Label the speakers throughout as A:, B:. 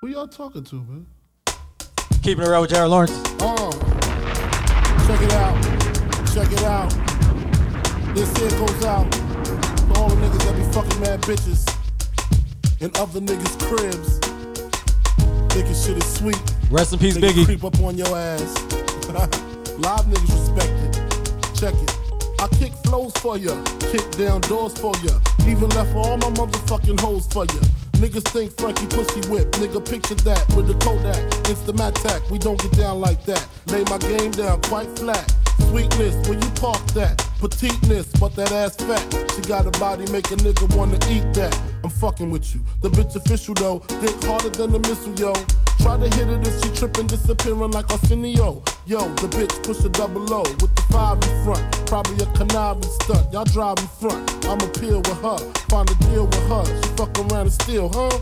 A: Who y'all talking to, man?
B: Keeping it real with Jared Lawrence.
C: Oh, check it out. Check it out. This here goes out for all the niggas that be fucking mad bitches and other niggas' cribs. Thinking shit is sweet.
B: Rest in peace,
C: Niggas
B: Biggie.
C: creep up on your ass. Live niggas respect it. Check it. I kick flows for ya, kick down doors for ya. Even left all my motherfucking hoes for ya. Niggas think Frankie pussy whip. Nigga, picture that with the Kodak. It's the Mattack. We don't get down like that. Lay my game down quite flat. Sweetness, when you park that. Petiteness, but that ass fat. She got a body, make a nigga wanna eat that. I'm fucking with you. The bitch official though, dick harder than a missile, yo. Try to hit it if she trippin', disappearing like Arsenio. Yo, the bitch push a double O with the five in front. Probably a conniving stunt. Y'all drive in front. I'ma peel with her. Find a deal with her. She fuck around and steal, huh?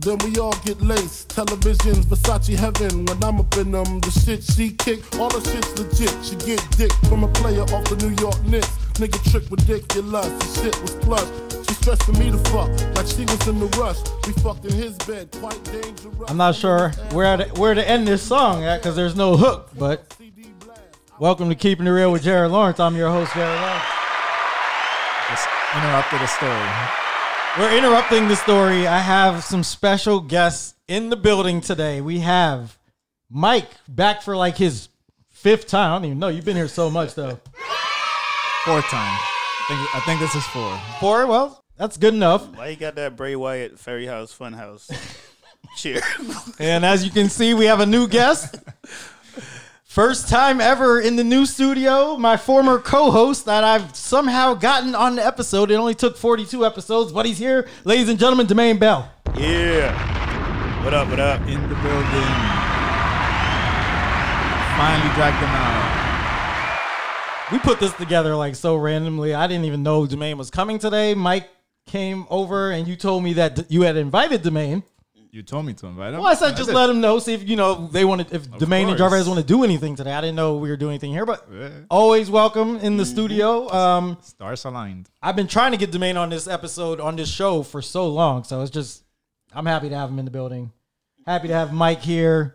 C: Then we all get laced. Televisions, Versace heaven. When I'm up in them, the shit she kick, all the shit's legit. She get dick from a player off the New York Knicks. Nigga trick ridiculous. The shit was plush. She stressing me to fuck like she was in the rush. We fucked in his bed, quite dangerous.
B: I'm not sure where to, where to end this song at because there's no hook. But
C: CD blast.
B: welcome to Keeping It Real with Jared Lawrence. I'm your host, Jared Lawrence.
D: Just interrupted a story.
B: We're interrupting the story. I have some special guests in the building today. We have Mike back for like his fifth time. I don't even know. You've been here so much though.
D: Fourth time. I think, I think this is four.
B: Four. Well, that's good enough.
E: Why you got that Bray Wyatt Fairy House Fun House? Cheer.
B: And as you can see, we have a new guest. First time ever in the new studio, my former co-host that I've somehow gotten on the episode. It only took 42 episodes, but he's here. Ladies and gentlemen, Domain Bell.
E: yeah. What up? What up? Uh,
D: In the building. Finally dragged them out.
B: We put this together like so randomly. I didn't even know Domain was coming today. Mike came over and you told me that d- you had invited Domain.
D: You told me to invite him.
B: Well, I said just
D: did.
B: let him know, see if you know they want to, if Domain and
D: course.
B: Jarvis want to do anything today. I didn't know we were doing anything here, but
D: Yeah.
B: always welcome in the studio. Um,
D: Stars aligned.
B: I've been trying to get Domain on this episode on this show for so long, so it's just I'm happy to have him in the building. Happy to have Mike here.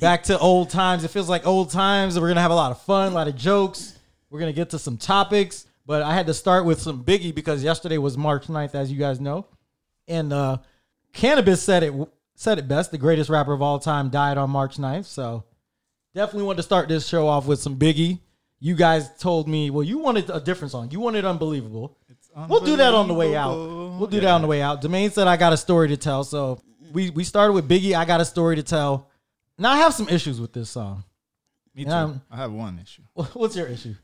B: Back to old times. It feels like old times. We're gonna have a lot of fun, a lot of jokes. We're gonna get to some topics, but I had to start with some biggie because yesterday was March 9th, as you guys know, and uh, Cannabis said it said it best. The greatest rapper of all time died on March 9th, so definitely wanted to start this show off with some biggie. You guys told me, well, you wanted a different song. You wanted Unbelievable. We'll do that on the way out. We'll do that on the way out. Domain said I got a story to tell, so we we started with Biggie. I got a story to tell. Now I have some issues with this song.
D: Me too.
B: Yeah, I'm-
D: I have one issue.
B: What's your issue?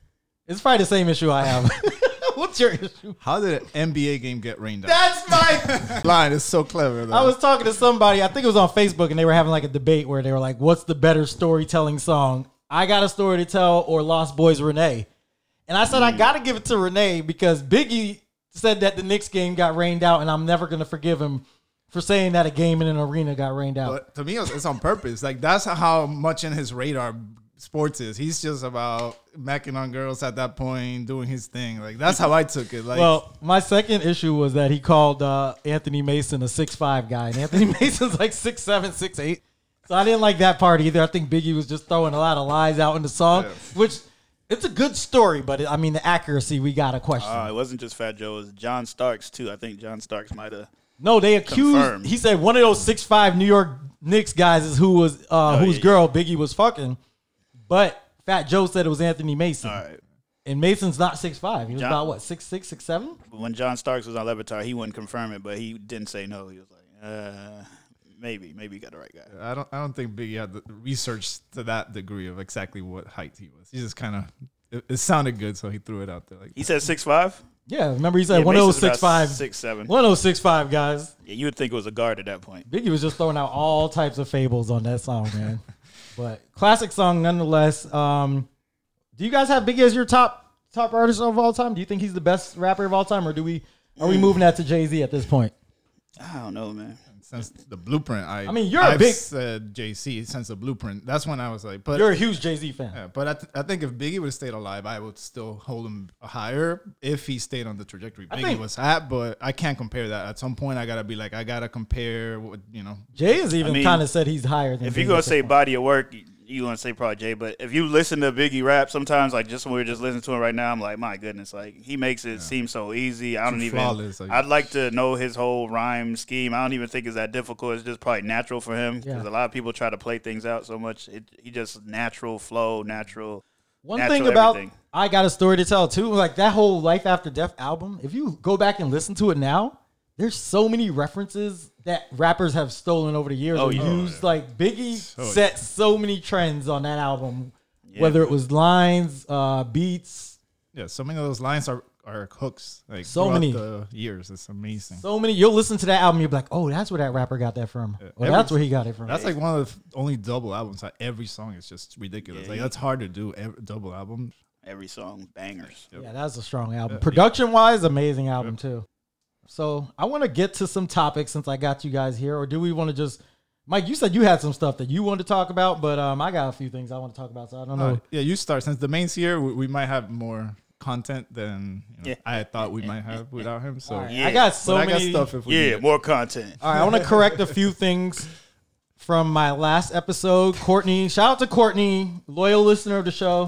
B: It's probably the same issue I have. What's your issue?
D: How did an NBA game get rained out?
B: That's my.
D: line is so clever. Though.
B: I was talking to somebody. I think it was on Facebook, and they were having like a debate where they were like, "What's the better storytelling song? I Got a Story to Tell or Lost Boys Renee?" And I said, "I got to give it to Renee because Biggie said that the Knicks game got rained out, and I'm never gonna forgive him for saying that a game in an arena got rained out."
D: But to me, it's it's on purpose. Like that's how much in his radar sports is. He's just about macking on girls at that point, doing his thing. Like that's how I took it. Like
B: well, my second issue was that he called uh, Anthony Mason a six five guy, and Anthony Mason's like six seven, six eight. So I didn't like that part either. I think Biggie was just throwing a lot of lies out in the song, which it's a good story, but it, I mean the accuracy we got to question.
E: Uh, it wasn't just Fat Joe. It was John Starks too. I think John Starks might have.
B: no, they accused.
E: confirmed.
B: He said one of those six five New York Knicks guys is who was uh, whose
E: Oh, yeah,
B: girl Biggie was fucking, but Fat Joe said it was Anthony Mason,
E: All right.
B: and Mason's not six five. He was
E: John-
B: about what six six six seven.
E: When John Starks was on Levitar, he wouldn't confirm it, but he didn't say no. He was like, uh, maybe, maybe you got the right guy.
D: I don't. I don't think Biggie had the research to that degree of exactly what height he was. He just kind of. It, it sounded good, so he threw it out there. Like
E: He said six five.
B: Yeah, remember he said
E: Yeah,
B: one oh
E: Mason's about
B: six five
E: six seven.
B: 1065 guys.
E: Yeah, you would think it was a guard at that point.
B: Biggie was just throwing out all types of fables on that song, man. but classic song nonetheless. Um, do you guys have Biggie as your top top artist of all time? Do you think he's the best rapper of all time, or do we are we moving that to Jay Z at this point?
E: I don't know, man.
D: since the blueprint. I,
B: I mean, you're a
D: I've
B: big-
D: said JC since the blueprint. That's when I was like, but
B: You're a huge Jay Z fan.
D: yeah, but I, th- I think if Biggie would have stayed alive, I would still hold him higher if he stayed on the trajectory Biggie
B: think-
D: was at. But I can't compare that. At some point, I gotta be like, I gotta compare. What, you know,
B: Jay has even
E: I mean,
B: kind of said he's higher than.
E: If
B: Biggie
E: you're gonna
B: at this
E: say
B: point.
E: body of work, you- you gonna say probably Jay. But if you listen to Biggie rap, sometimes like just when we are just listening to him right now, I'm like, my goodness, like he makes it seem so easy. I don't even.
D: flawless, like-
E: I'd like to know his whole rhyme scheme. I don't even think it's that difficult. It's just probably natural for him because
B: Yeah.
E: a lot of people try to play things out so much. It, he just natural flow, natural.
B: One
E: natural
B: thing about
E: everything.
B: I got a story to tell too. Like that whole Life After Death album. If you go back and listen to it now, there's so many references that rappers have stolen over the years.
E: Oh,
B: and
E: yeah. Oh,
B: used like Biggie
D: yeah.
B: set so many trends on that album, whether it was lines, uh, beats,
D: yeah, so many of those lines are are hooks. Like
B: So
D: throughout
B: many.
D: the years. It's amazing.
B: so many. You'll listen to that album, you'll be like, oh, that's where that rapper got that from. Well,
D: every-
B: that's where he got it from.
D: that's like one of the only double albums. Like every song is just ridiculous. like that's hard to do. Every, double album.
E: Every song bangers.
B: Yeah, that's a strong album. Production wise, amazing album too. So I want to get to some topics since I got you guys here, or do we want to just? Mike, you said you had some stuff that you wanted to talk about, but um, I got a few things I want to talk about, so I don't know.
D: Uh, yeah, you start since the main's here. We, we might have more content than you know,
E: Yeah.
D: I thought we might have without him. So
B: All right,
E: Yeah.
B: I got
E: But
B: so
D: but I got
B: many
D: stuff if we Uh,
E: Yeah,
D: need it.
E: more content.
B: All right, I want to correct a few things from my last episode. Courtney, shout out to Courtney, loyal listener of the show.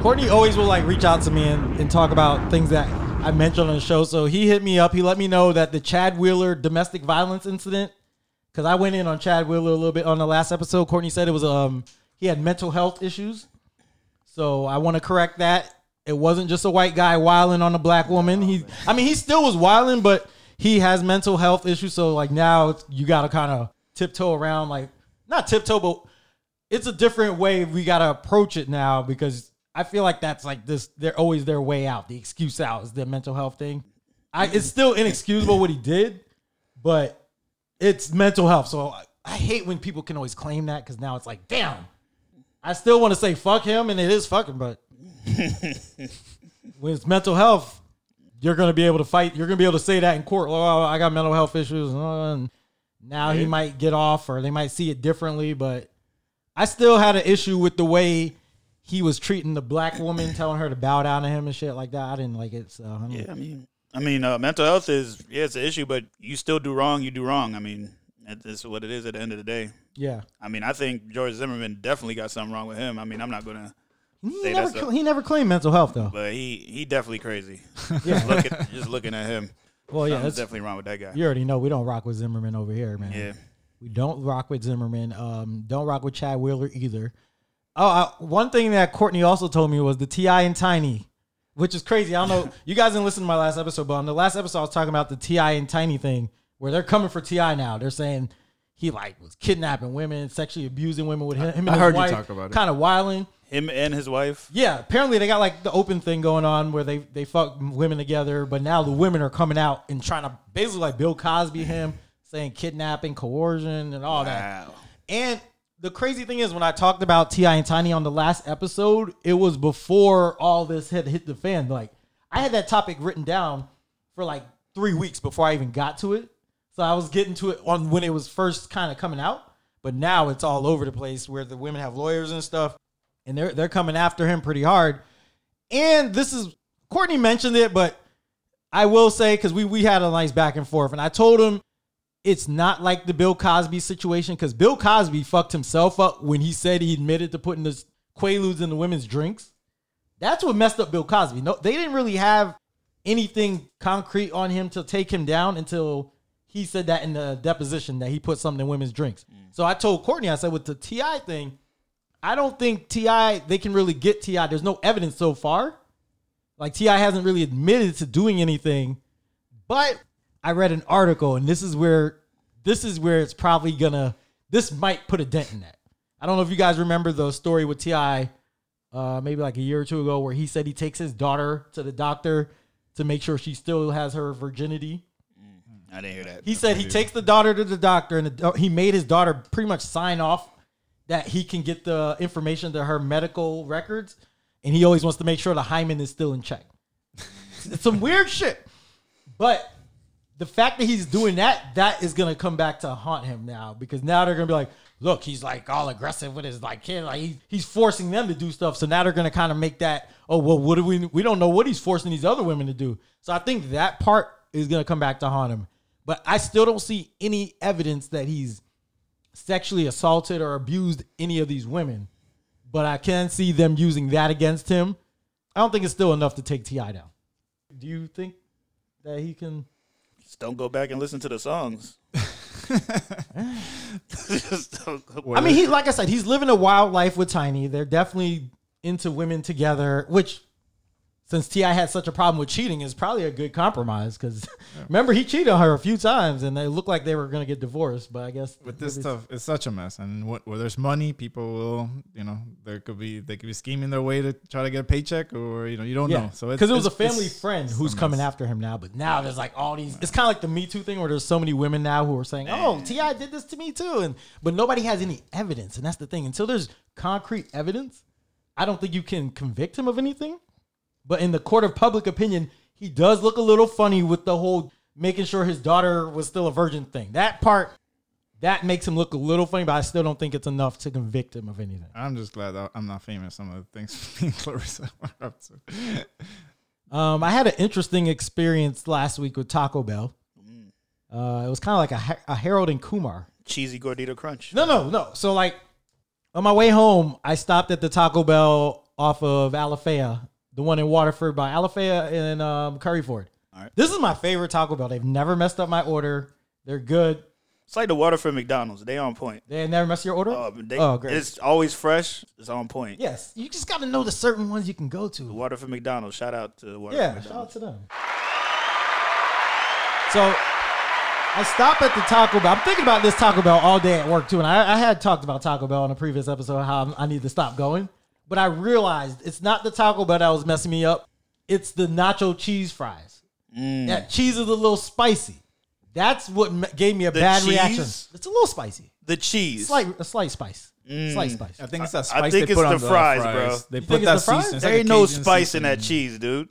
B: Courtney always will like reach out to me and, and talk about things that I mentioned on the show. So he hit me up. He let me know that the Chad Wheeler domestic violence incident, because I went in on Chad Wheeler a little bit on the last episode. Courtney said it was um he had mental health issues. So I want to correct that. It wasn't just a white guy wiling on a black woman. He, I mean, he still was wiling, but he has mental health issues. So like now it's- you got to kind of tiptoe around, like not tiptoe, but it's a different way we got to approach it now because I feel like that's like this. They're always their way out. The excuse out is the mental health thing. I, it's still inexcusable what he did, but it's mental health. So I, I hate when people can always claim that because now it's like, damn, I still want to say fuck him, and it is fucking, but when it's mental health, you're gonna be able to fight. You're gonna be able to say that in court. Oh, I got mental health issues, uh, and now he might get off, or they might see it differently. But I still had an issue with the way he was treating the black woman, telling her to bow down to him and shit like that. I didn't like it. So I don't
E: Yeah, I mean, I mean, uh, mental health is yeah, it's an issue, but you still do wrong, you do wrong. I mean, that- that's what it is at the end of the day.
B: yeah.
E: I mean, I think George Zimmerman definitely got something wrong with him. I mean, I'm not gonna,
B: He
E: Say
B: never,
E: that's a-
B: cl- he never claimed mental health though.
E: but he he definitely crazy.
B: Yeah.
E: just, look at, just looking at him,
B: Well, Oh, yeah, that's,
E: something's definitely wrong with that guy.
B: you already know we don't rock with Zimmerman over here, man.
E: Yeah,
B: We don't rock with Zimmerman. Um, don't rock with Chad Wheeler either. Oh, I, one thing that Courtney also told me was the Ti and Tiny, which is crazy. I don't know. you guys didn't listen to my last episode, but on the last episode, I was talking about the Ti and Tiny thing, where they're coming for Ti now. They're saying he like was kidnapping women, sexually abusing women with him, him and
D: I
B: his
D: heard you
B: wife,
D: talk about it.
B: kind of wiling.
E: him and his wife.
B: Yeah, apparently they got like the open thing going on where they they fuck women together, but now the women are coming out and trying to basically like Bill Cosby him saying kidnapping, coercion, and all that.
E: Wow.
B: And the crazy thing is, when I talked about Ti and Tiny on the last episode, it was before all this had hit the fan. Like I had that topic written down for like three weeks before I even got to it. So I was getting to it on when it was first kind of coming out, but now it's all over the place where the women have lawyers and stuff, and they're they're coming after him pretty hard. And this is Courtney mentioned it, but I will say because we we had a nice back and forth, and I told him it's not like the Bill Cosby situation because Bill Cosby fucked himself up when he said he admitted to putting the quaaludes in the women's drinks. That's what messed up Bill Cosby. No, they didn't really have anything concrete on him to take him down until he said that in the deposition that he put something in women's drinks. So I told Courtney, I said with the Ti thing, I don't think Ti they can really get Ti. There's no evidence so far. Like Ti hasn't really admitted to doing anything. But I read an article, and this is where this is where it's probably gonna this might put a dent in that. I don't know if you guys remember the story with Ti, uh, maybe like a year or two ago, where he said he takes his daughter to the doctor to make sure she still has her virginity.
E: I didn't hear that.
B: He said he takes the daughter to the doctor, and the, do- he made his daughter pretty much sign off that he can get the information to her medical records, and he always wants to make sure the hymen is still in check. it's some weird shit, but the fact that he's doing that, that is gonna come back to haunt him now because now they're gonna be like, look, he's like all aggressive with his like kid, like he, he's forcing them to do stuff. So now they're gonna kind of make that, oh well, what do we? We don't know what he's forcing these other women to do. So I think that part is gonna come back to haunt him. But I still don't see any evidence that he's sexually assaulted or abused any of these women. But I can see them using that against him. I don't think it's still enough to take Ti down. Do you think that he can?
E: Just don't go back and listen to the songs. Just don't go-
B: I mean, he like I said, he's living a wild life with Tiny. They're definitely into women together, which since Ti had such a problem with cheating, is probably a good compromise. Because remember, he cheated on her a few times, and they looked like they were gonna get divorced. But I guess
D: But this stuff is such a mess, and what, where there's money, people will, you know, there could be they could be scheming their way to try to get a paycheck, or you know, you don't know.
B: Yeah,
D: So
B: because it was a
D: it's-
B: family
D: it's-
B: friend
D: it's
B: who's
D: a
B: coming
D: mess.
B: after him now. But now there's like all these. It's kind of like the Me Too thing, where there's so many women now who are saying, "Oh, Ti did this to me too," and but nobody has any evidence, and that's the thing. Until there's concrete evidence, I don't think you can convict him of anything. But in the court of public opinion, he does look a little funny with the whole making sure his daughter was still a virgin thing. That part. That makes him look a little funny, but I still don't think it's enough to convict him of anything.
D: I'm just glad that I'm not famous. Some of the things me and Clarissa were up to.
B: Um, I had an interesting experience last week with Taco Bell.
E: Mm.
B: Uh, it was kind of like a, Ha- a Harold and Kumar.
E: cheesy gordita crunch.
B: No, no, no. So like on my way home, I stopped at the Taco Bell off of Alafaya, the one in Waterford by Alafaya and um, Curryford.
E: All right.
B: This is my favorite Taco Bell. They've never messed up my order. They're good.
E: It's like the water from McDonald's. They on point.
B: They never mess your order.
E: Uh, they,
B: oh, great.
E: It's always fresh. It's on point.
B: yes, you just got to know the certain ones you can go to.
E: Water from McDonald's. Shout out to Water
B: Yeah,
E: from
B: shout out
E: McDonald's.
B: to them. So I stop at the Taco Bell. I'm thinking about this Taco Bell all day at work too, and I, I had talked about Taco Bell in a previous episode how I'm- I need to stop going. But I realized it's not the Taco Bell that was messing me up. It's the nacho cheese fries. That cheese is a little spicy. That's what m- gave me a
E: The
B: bad reaction.
E: cheese?
B: It's a little spicy,
E: The cheese.
B: slight, a slight spice, slight spice.
D: I think it's that
E: I- I
D: spice
E: think
D: they
E: it's
D: put on
E: the fries, bro.
D: They
E: You
D: put
B: think it's
D: that
B: the fries?
D: season. It's
E: there
D: like a
E: ain't no
D: Cajun
E: spice in
D: seasoning.
E: that cheese, dude.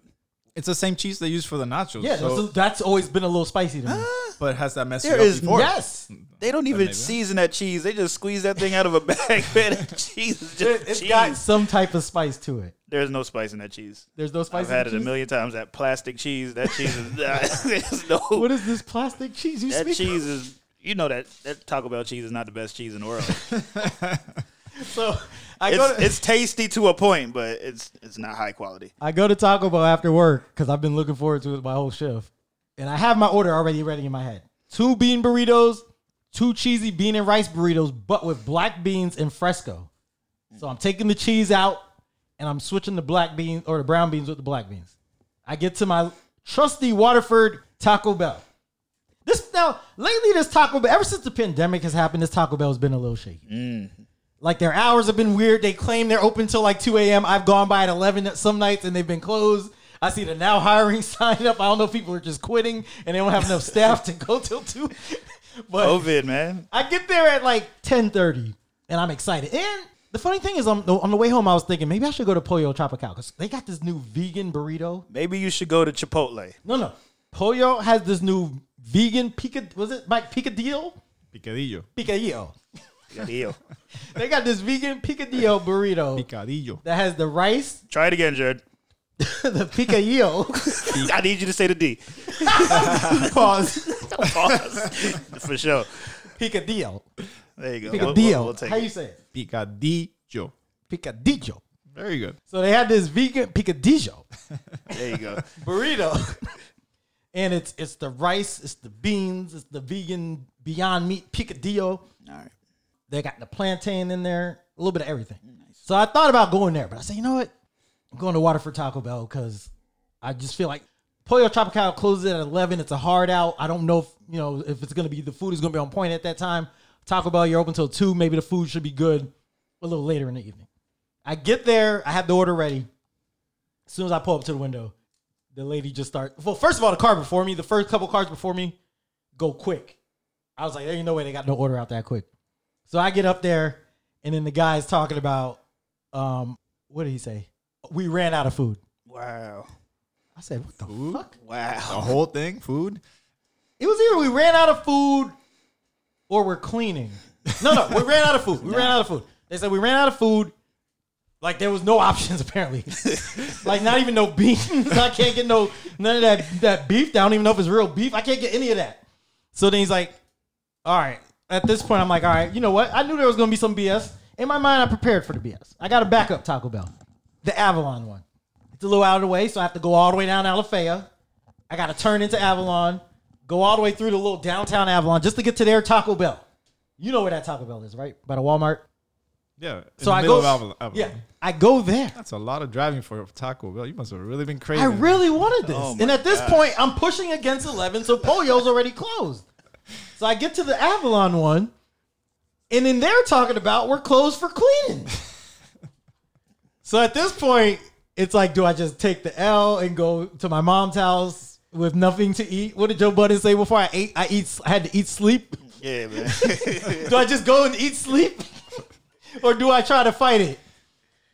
D: It's the same cheese they use for the nachos.
B: Yeah,
D: so-
B: that's, that's always been a little spicy to me.
D: but has that messed
E: There
D: you up
E: is
D: before?
B: yes,
E: They don't even
D: maybe.
E: season that cheese. They just squeeze that thing out of a bag. Man, that cheese is just
B: it's
E: cheese.
B: got some type of spice to it.
E: There's no spice in that cheese.
B: There's no spice.
E: I've
B: in
E: had it
B: the
E: a
B: cheese?
E: million times. That plastic cheese. That cheese is. there's no.
B: What is this plastic cheese you
E: that
B: speak?
E: cheese is. You know that that Taco Bell cheese is not the best cheese in the world.
B: So I go,
E: It's,
B: to,
E: it's tasty to a point, but it's it's not high quality.
B: I go to Taco Bell after work because I've been looking forward to it my whole shift, and I have my order already ready in my head: two bean burritos, two cheesy bean and rice burritos, but with black beans and fresco. So I'm taking the cheese out, and I'm switching the black beans or the brown beans with the black beans. I get to my trusty Waterford Taco Bell. This now lately, this Taco Bell ever since the pandemic has happened, this Taco Bell has been a little shaky. Like their hours have been weird. They claim they're open till like two a.m. I've gone by at eleven some nights and they've been closed. I see the now hiring sign up. I don't know if people are just quitting and they don't have enough staff to go till two. But
E: COVID, man.
B: I get there at like ten thirty, and I'm excited. And the funny thing is, on the, on the way home, I was thinking maybe I should go to Pollo Tropical because they got this new vegan burrito.
E: Maybe you should go to Chipotle.
B: No, no, Pollo has this new vegan pica. Was it Mike picadillo?
D: Picadillo.
B: Picadillo.
E: Got to eat.
B: They got this vegan picadillo burrito
D: Picadillo.
B: that has the rice,
E: Try it again, Jared.
B: the picadillo.
E: I need you to say the D.
B: Pause.
E: Pause. For sure.
B: Picadillo.
E: There you go. We'll- we'll- we'll
B: Picadillo.
E: take
B: How
E: it.
B: you say it?
D: Picadillo.
B: Picadillo.
D: Very good.
B: So they had this vegan picadillo.
E: There you go.
B: burrito. and it's it's the rice, it's the beans, it's the vegan Beyond Meat picadillo.
E: All right.
B: They got the plantain in there, a little bit of everything. So I thought about going there, but I said, you know what? I'm going to Waterford Taco Bell because I just feel like Pollo Tropical closes at 11. It's a hard out. I don't know if, you know, if it's going to be, the food is going to be on point at that time. Taco Bell, you're open till 2. Maybe the food should be good a little later in the evening. I get there. I have the order ready. As soon as I pull up to the window, the lady just starts. Well, first of all, the car before me, the first couple cars before me, go quick. I was like, there ain't no way they got no order out that quick. So I get up there, and then the guy's talking about, um, what did he say? We ran out of food.
E: Wow.
B: I said, what the fuck?
E: Wow.
D: The whole thing, food.
B: It was either we ran out of food or we're cleaning. No, no, we ran out of food. We ran out of food. They said we ran out of food. Like there was no options apparently. like not even no beans. I can't get no none of that that beef. I don't even know if it's real beef. I can't get any of that. So then he's like, "All right." At this point, I'm like, "All right, you know what? I knew there was gonna be some BS. In my mind, I prepared for the BS. I got a backup Taco Bell, the Avalon one. It's a little out of the way, so I have to go all the way down Alafaya. I got to turn into Avalon, go all the way through the little downtown Avalon just to get to their Taco Bell. You know where that Taco Bell is, right? By the Walmart.
D: Yeah. in
B: So
D: the
B: I
D: middle
B: go.
D: of Avalon- Avalon.
B: Yeah, I go there.
D: That's a lot of driving for Taco Bell. You must have really been crazy.
B: I really wanted this.
E: Oh my
B: and at this point, I'm pushing against 11, so Pollo's already closed. So I get to the Avalon one, and then they're talking about we're closed for cleaning. so at this point, it's like, do I just take the L and go to my mom's house with nothing to eat? What did Joe Budden say before I ate? I eat. I had to eat sleep.
E: Yeah, man.
B: Do I just go and eat sleep, or do I try to fight it?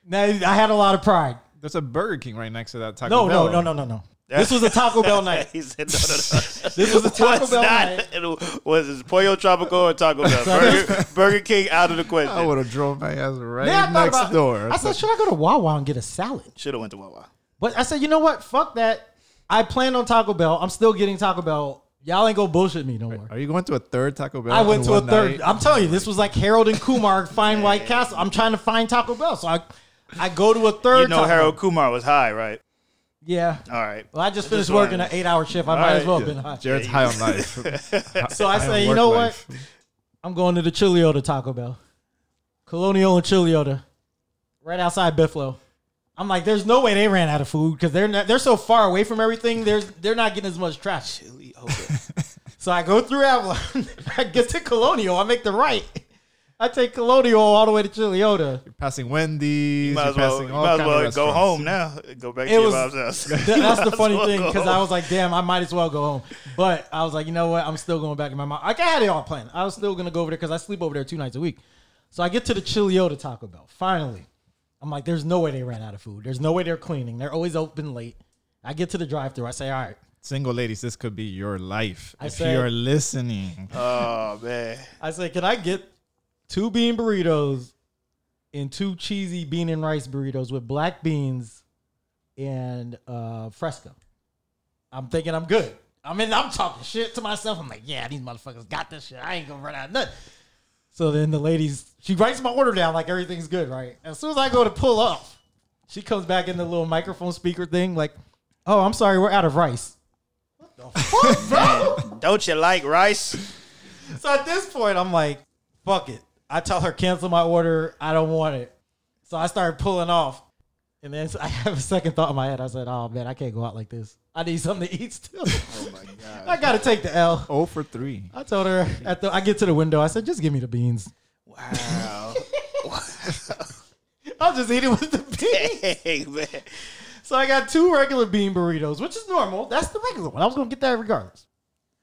B: Now I had a lot of pride.
D: There's a Burger King right next to that Taco
B: No,
D: Bell.
B: no, no, no, no, no. This was a Taco Bell night.
E: he said, no, no, no.
B: This was a Taco
E: was
B: Bell
E: not,
B: night.
E: it was it Pollo Tropical or Taco Bell? Burger, Burger King out of the
D: I
E: question.
D: would have drove my ass right
B: Then I thought
D: next
B: about-
D: door.
B: I said, should I go to Wawa and get a salad?
E: Should have went to Wawa.
B: But I said, you know what? Fuck that. I planned on Taco Bell. I'm still getting Taco Bell. Y'all ain't gonna bullshit me no more.
D: Are you going to a third Taco Bell?
B: I went
D: in
B: to a
D: one
B: third.
D: night?
B: I'm telling you, this was like Harold and Kumar find White Castle. I'm trying to find Taco Bell, so I, I go to a third.
E: You know
B: Taco
E: Harold
B: Bell.
E: Kumar was high, right?
B: Yeah.
E: All right.
B: Well, I just
E: This
B: finished
E: is what
B: working
E: I-
B: an eight-hour shift. I might as well have been high.
D: Jared's high on life.
B: So I
D: High on
B: say, you
D: work
B: know
D: life.
B: what? I'm going to the Chiliota Taco Bell. Colonial and Chiliota. Right outside Buffalo. I'm like, there's no way they ran out of food because they're not, they're so far away from everything. There's they're not getting as much trash.
E: Really? Okay.
B: So I go through Avalon. I get to Colonial. I make the right. I take Colonial all the way to Chiliota.
D: You're passing Wendy's.
E: You
D: You
E: might
D: are
E: as well,
D: passing
E: you
D: all
E: might as
D: kind of
E: well go
D: restaurants.
E: home now. Go back to
B: It
E: your
B: was-
E: mom's house.
B: Th- that's the
E: Might as
B: funny
E: well
B: thing
E: go
B: because
E: home.
B: I was like, damn, I might as well go home. But I was like, you know what? I'm still going back to my mom. Like I had it all planned. I was still gonna go over there because I sleep over there two nights a week. So I get to the Chiliota Taco Bell. Finally, I'm like, there's no way they ran out of food. There's no way they're cleaning. They're always open late. I get to the drive-through. I say, all right.
D: Single ladies, this could be your life. if
B: said- Uh,
D: you're listening,
E: Oh man.
B: I say, can I get two bean burritos and two cheesy bean and rice burritos with black beans and uh, fresco? I'm thinking I'm good. I mean, I'm talking shit to myself. I'm like, yeah, these motherfuckers got this shit. I ain't gonna run out of nothing. So then the ladies, she writes my order down like everything's good, right? As soon as I go to pull up, she comes back in the little microphone speaker thing, like, oh, I'm sorry, we're out of rice. What the fuck, bro?
E: Don't you like rice?
B: So at this point, I'm like, fuck it. I tell her cancel my order. I don't want it. So I started pulling off. And then I have a second thought in my head. I said, oh man, I can't go out like this. I need something to eat still. Oh my God. I gotta take the L.
D: oh for three.
B: I told her at the I get to the window, I said, just give me the beans.
E: Wow.
B: I'll just eat it with the beans.
E: Hey man.
B: So I got two regular bean burritos, which is normal. That's the regular one. I was gonna get that regardless.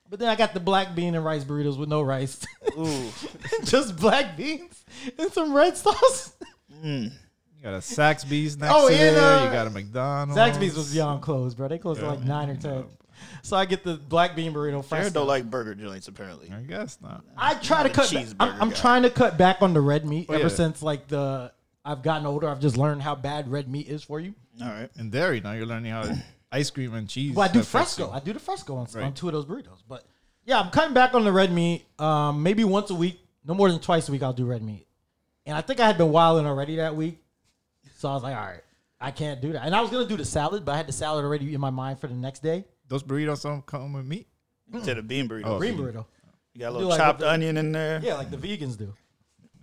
B: But then I got the black bean and rice burritos with no rice.
E: Ooh.
B: just black beans and some red sauce.
D: You got a Saxby's next
B: Oh,
D: to
B: and,
D: there.
B: uh,
D: you got a McDonald's.
B: Zaxby's was beyond closed, bro. They closed at like nine or ten. So I get the black bean burrito
E: Jared
B: first.
E: don't like burger joints apparently.
D: I guess not.
B: I try to
E: a
B: cut. Back. I'm,
E: cheeseburger
B: I'm
E: guy.
B: trying to cut back on the red meat
D: Oh,
B: ever
D: yeah.
B: since like the I've gotten older. I've just learned how bad red meat is for you.
E: All right.
D: And dairy. Now you're learning how ice cream and cheese.
B: Well, I do
D: affects
B: fresco.
D: you.
B: I do the fresco on, on
D: Right.
B: two of those burritos. But yeah, I'm cutting back on the red meat. Um, maybe once a week, no more than twice a week, I'll do red meat. And I think I had been wilding already that week, so I was like, all right, I can't do that. And I was gonna do the salad, but I had the salad already in my mind for the next day.
D: Those burritos don't come with meat.
E: To the bean burrito.
D: Oh.
B: Green Mm. burrito.
E: You got a
B: Do
E: little
B: like
E: chopped
B: the-
E: onion in there.
B: Yeah, like the vegans do.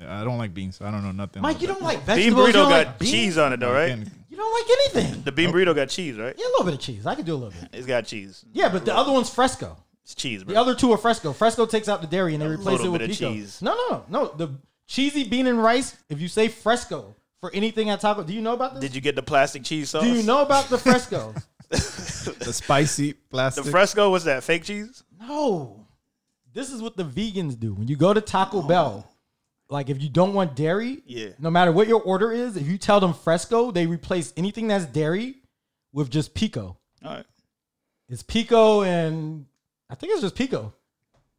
D: I don't like beans. So I don't know nothing.
B: Mike,
D: about
B: you don't like
E: Bean
B: vegetables.
E: burrito
B: you
E: got
B: don't like beans?
E: cheese on it though,
D: that.
E: right?
D: Again,
B: You don't like anything.
E: The bean burrito got cheese, right?
B: Yeah, a little bit of cheese. I can do a little bit.
E: It's got cheese.
B: Yeah, but the other one's fresco.
E: It's cheese, bro.
B: The other two are fresco. Fresco takes out the dairy and they replace it
E: little
B: with
E: bit of
B: pico.
E: cheese.
B: No, no, no. The cheesy bean and rice. If you say fresco for anything at taco, do you know about this?
E: Did you get the plastic cheese sauce?
B: do you know about the fresco?
D: the spicy
E: the
D: plastic.
E: fresco was that fake cheese?
B: no. This is what the vegans do. When you go to Taco Bell, like if you don't want dairy,
E: Yeah.
B: no matter what your order is, if you tell them fresco, they replace anything that's dairy with just pico.
E: All right.
B: It's pico and I think it's just pico.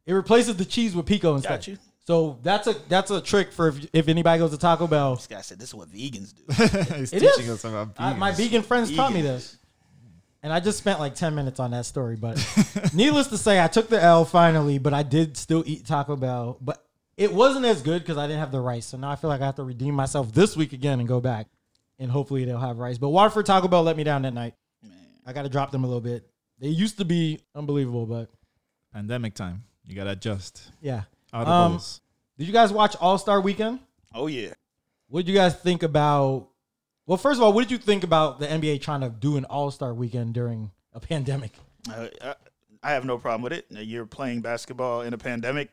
B: It replaces the cheese with pico instead.
E: Got you.
B: So that's a that's a trick for if, if anybody goes to Taco Bell.
E: This guy said this is what vegans do.
D: He's
B: It
D: teaching
B: is.
D: us about
B: I- my
D: vegans.
B: vegan friends taught me this. And I just spent like 10 minutes on that story. But needless to say, I took the L finally, but I did still eat Taco Bell. But it wasn't as good because I didn't have the rice. So now I feel like I have to redeem myself this week again and go back. And hopefully they'll have rice. But Waterford Taco Bell let me down that night. I got to drop them a little bit. They used to be unbelievable, but
D: pandemic time. You gotta adjust.
B: yeah. Um,
D: Out of bowls.
B: Did you guys watch All Star Weekend?
E: oh yeah.
B: What did you guys think about? Well, first of all, what did you think about the NBA trying to do an All Star Weekend during a pandemic?
E: Uh, I, I have no problem with it. You're playing basketball in a pandemic.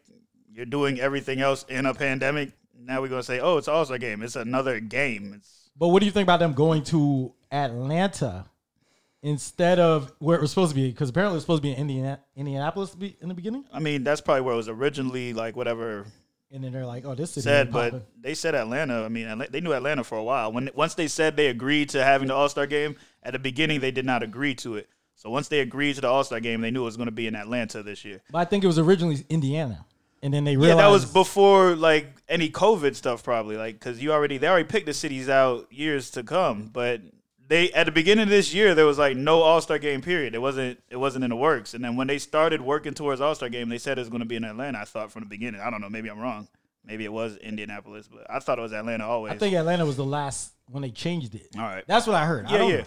E: You're doing everything else in a pandemic. Now we're gonna say, oh, it's an all-star game. It's another game. It's
B: But what do you think about them going to Atlanta instead of where it was supposed to be? Because apparently it was supposed to be in Indiana- Indianapolis to be- in the beginning,
E: I mean, that's probably where it was originally like whatever
B: and then they're like, "Oh, this city
E: said,
B: ain't
E: but
B: poppin'.
E: they said Atlanta. I mean, Atla- they knew Atlanta for a while. When once they said they agreed to having the All Star game, at the beginning they did not agree to it. So once they agreed to the All Star game, they knew it was going to be in Atlanta this year.
B: But I think it was originally Indiana, and then they
E: Yeah,
B: realized
E: that was before like any COVID stuff, probably like because you already they already picked the cities out years to come. But they at the beginning of this year there was like no All Star game period. It wasn't it wasn't in the works. And then when they started working towards All Star game, they said it was going to be in Atlanta. I thought from the beginning. I don't know. Maybe I'm wrong. Maybe it was Indianapolis, but I thought it was Atlanta always.
B: I think Atlanta was the last when they changed it.
E: All right.
B: that's what I heard. I
E: Yeah,
B: don't
E: yeah.
B: know.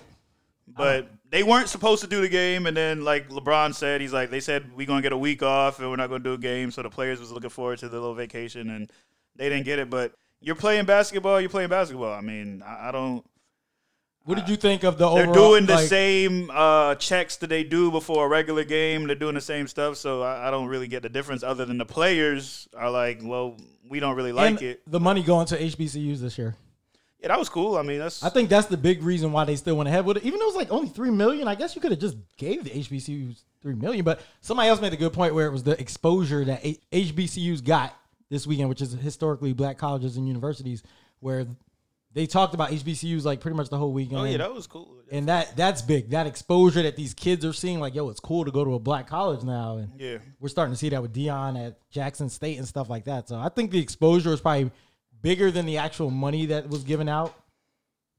E: But they weren't supposed to do the game, and then like LeBron said, he's like, they said we're gonna get a week off and we're not gonna do a game, so the players was looking forward to the little vacation, and they didn't get it. But you're playing basketball, you're playing basketball. I mean, I, I don't.
B: What did you think of the
E: They're
B: overall?
E: doing the
B: like,
E: same uh, checks that they do before a regular game. They're doing the same stuff, so I, I don't really get the difference. Other than the players are like, well, we don't really
B: and
E: like it.
B: The money going to HBCUs this year.
E: Yeah, that was cool. I mean, that's oh,
B: I think that's the big reason why they still went ahead with it. Even though it's like only three million, I guess you could have just gave the HBCUs three million. But somebody else made a good point where it was the exposure that H- HBCUs got this weekend, which is historically black colleges and universities, where they talked about HBCUs like pretty much the whole weekend.
E: oh yeah, that was cool.
B: and that that's big. That exposure that these kids are seeing, like yo, it's cool to go to a black college now. And
E: Yeah.
B: we're starting to see that with Dion at Jackson State and stuff like that. So I think the exposure is probably bigger than the actual money that was given out.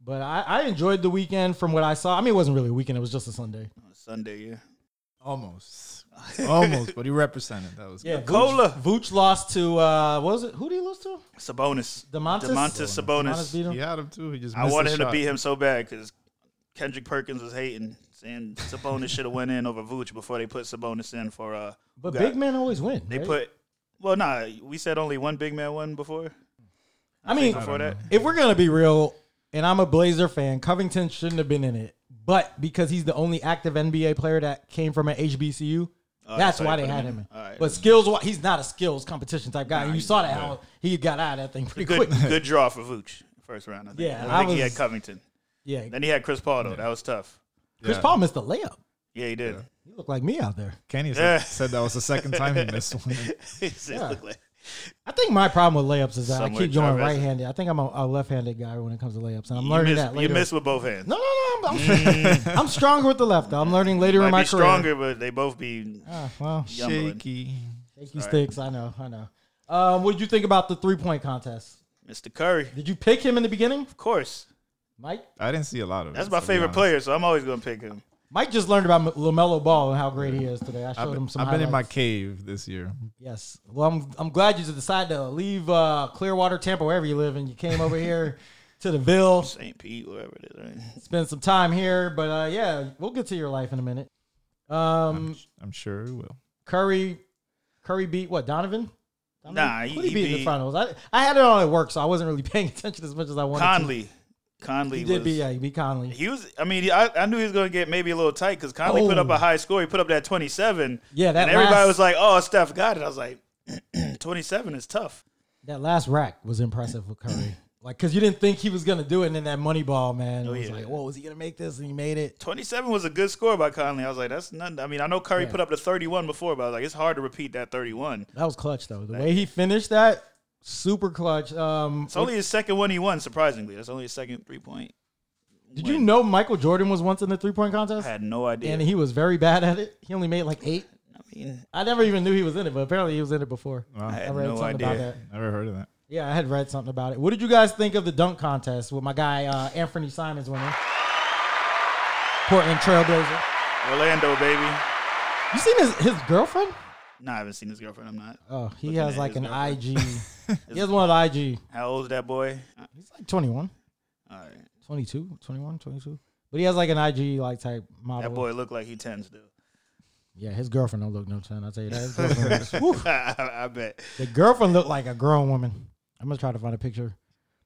B: But I, I enjoyed the weekend from what I saw. I mean, it wasn't really a weekend; it was just a Sunday.
E: Sunday, yeah.
D: Almost. Almost, but he represented. That was good.
B: Vooch,
E: Cola.
B: Vooch lost to uh, what was it? Who did he lose to?
E: Sabonis.
B: Demontis.
E: Demontis Sabonis.
B: beat him.
D: He had him too. He just
E: I
D: missed the
E: wanted him to
D: shot.
E: beat him so bad because Kendrick Perkins was hating, saying Sabonis should have went in over Vooch before they put Sabonis in for. uh
B: But
E: who got-
B: big men always win.
E: They
B: right?
E: put. Well, nah, we said only one big man won before.
B: I mean,
E: Before that,
B: if we're gonna be real, and I'm a Blazer fan, Covington shouldn't have been in it. But because he's the only active NBA player that came from an HBCU, that's
E: Oh, that's why
B: why
E: they
B: they
E: put
B: had
E: him
B: him.
E: in.
B: in.
E: All right.
B: But skills, wa- he's not a skills competition type guy. you saw that how he got out of that thing pretty
E: good,
B: quick.
E: good draw for Vooch first round. I think.
B: Yeah,
E: I think
B: I
E: he
B: was-
E: had Covington.
B: Yeah,
E: Then he had Chris Paul though. That was tough.
B: Chris
D: Yeah.
B: Paul missed the layup.
E: Yeah, he did.
B: He looked like me out there.
D: Kenny said,
E: Yeah.
D: said that was the second time he missed one.
E: It's just look like-
B: I think my problem with layups is that I
E: Somewhere
B: keep going
E: Jarvis-
B: right-handed. I think I'm a, a left-handed guy when it comes to layups, and I'm
E: you,
B: learning
E: missed,
B: that
E: you
B: later.
E: missed with both hands.
B: no, no, no. I'm, I'm stronger with the left. Though. I'm learning later
E: Might
B: in my
E: be
B: career.
E: stronger, but they both be.
B: Ah, well,
E: Young boy.
D: Shaky.
B: Thank you, Sticks. I know, I know. Um, what did you think about the three point contest?
E: Mr. Curry,
B: Did you pick him in the beginning,
E: of course.
B: Mike?
D: I didn't see a lot of it.
E: That's my
D: to be
E: favorite
D: honest.
E: player, so I'm always gonna pick him.
B: Mike just learned about Lamelo Ball and how great he is today. I showed
D: I've been,
B: him some.
D: I've been in my
B: highlights.
D: cave this year.
B: yes. Well, I'm I'm glad you decided to leave uh, Clearwater, Tampa, wherever you live, and you came over here to the Ville,
E: St. Pete, wherever it is. Right?
B: spend some time here. But uh, yeah, we'll get to your life in a minute. Um,
D: I'm sure he will.
B: Curry, Curry beat what? Donovan. Donovan?
E: Nah,
B: Who'd he,
E: he- he
B: beat in the
E: beat-
B: finals. I, I had it on at work, so I wasn't really paying attention as much as I wanted. to.
E: Conley. Conley
B: he did
E: was,
B: beat yeah, he beat Conley.
E: He was. I mean, I, I knew he was going to get maybe a little tight because Conley put up
B: Oh.
E: a high score. He put up that twenty seven.
B: Yeah, that
E: and everybody
B: last-
E: was like, "Oh, Steph got it." I was like, twenty seven is tough.
B: That last rack was impressive with Curry. Like, cause you didn't think he was gonna do it, and then that money ball, man. it was
E: Oh, yeah.
B: like, whoa, was he gonna make this? And he made it.
E: Twenty seven was a good score by Conley. I was like, "That's nothing." I mean, I know Curry put up the thirty one before, but I was like, "It's hard to repeat that thirty one."
B: That was clutch though. The way he finished that, super clutch. Um,
E: It's only his second one he won. Surprisingly, that's only his second three point.
B: did you know Michael Jordan was once in the three point
E: I
B: contest?
E: had no idea.
B: And he was very bad at it. He only made like eight.
E: I
B: I never even knew he was in it, but apparently he was in it before.
E: I
D: Wow.
E: had
B: read
E: no
B: something
E: idea.
B: about that.
D: Never heard of that.
B: Yeah, I had read something about it. What did you guys think of the dunk contest with my guy uh, Anthony Simons winning? Portland Trailblazer.
E: Orlando, baby.
B: You seen his, his girlfriend?
E: No, I haven't seen his girlfriend. I'm not.
B: Oh, he
E: Looking
B: has
E: at
B: like
E: his
B: an
E: girlfriend.
B: IG. he has one on IG.
E: How old is that boy? Uh,
B: He's like 21,
E: All right.
B: 22, 21, 22. But he has like an IG like type model.
E: That boy looked like he tends to.
B: Yeah, his girlfriend don't look no ten. I'll tell you that. His girlfriend looks- whew.
E: I bet.
B: the girlfriend looked like a grown woman. I'm gonna try to find a picture.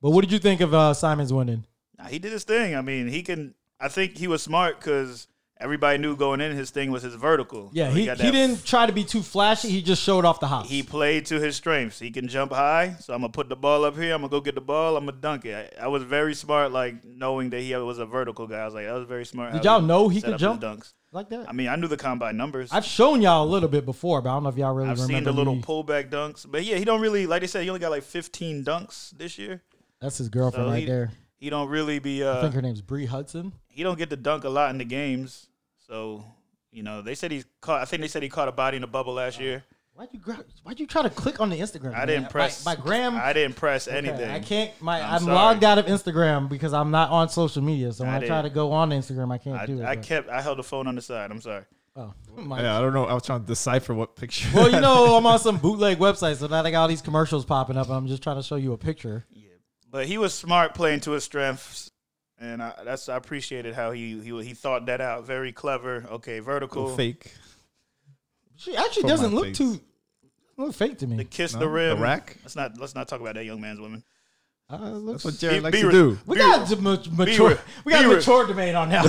B: But what did you think of uh, Simon's winning?
E: Nah, he did his thing. I mean, he can. I think he was smart because everybody knew going in his thing was his vertical.
B: Yeah,
E: So
B: he, he,
E: Oh, got that-
B: didn't try to be too flashy. He just showed off the hops.
E: He played to his strengths. He can jump high, so I'm gonna put the ball up here. I'm gonna go get the ball. I'm gonna dunk it. I, I was very smart, like knowing that he was a vertical guy. I was like, that was very smart.
B: Did
E: how
B: y'all know he
E: set
B: could
E: up
B: jump?
E: his dunks?
B: like that.
E: I mean, I knew the combine numbers.
B: I've shown y'all a little bit before, but I don't know if y'all really
E: I've
B: remember.
E: seen the little
B: me.
E: pullback dunks, but yeah, he don't really like they said. He only got like 15 dunks this year.
B: That's his girlfriend
E: So
B: right
E: he-
B: there.
E: He don't really be.
B: I
E: Uh,
B: think her name's Bree Hudson.
E: he don't get to dunk a lot in the games. So you know, they said he's caught. I think they said he caught a body in a bubble last year.
B: Why'd you gra- Why'd you try to click on the Instagram?
E: I didn't
B: man?
E: press
B: my, my gram.
E: I didn't press
B: Okay,
E: anything.
B: I can't. My I'm,
E: I'm sorry.
B: logged out of Instagram because I'm not on social media. So when
E: I
B: I, try
E: did.
B: to go on Instagram, I can't
E: I,
B: do it.
E: I
B: but-
E: kept. I held the phone on the side. I'm sorry.
B: Oh, my-
D: Yeah, I don't know. I was trying to decipher what picture.
B: Well, you know, I'm on some bootleg website, so now they got all these commercials popping up, and I'm just trying to show you a picture.
E: But he was smart playing to his strengths, and I, that's I appreciated how he he he thought that out. Very clever. Okay, vertical.
D: fake.
B: She actually
D: For my
B: doesn't look
D: face.
B: too look fake to
E: The
B: me.
E: kiss
D: No,
E: the
D: the
E: rim.
D: rack?
E: Let's not let's not talk about that young man's woman.
B: Uh, it
D: That's
B: looks,
D: what Jared
E: Be-
D: likes
E: be
D: to
E: re-
D: do.
B: we got to mat- mature.
E: real.
B: We got
E: Be
B: a
E: real.
B: mature debate on now.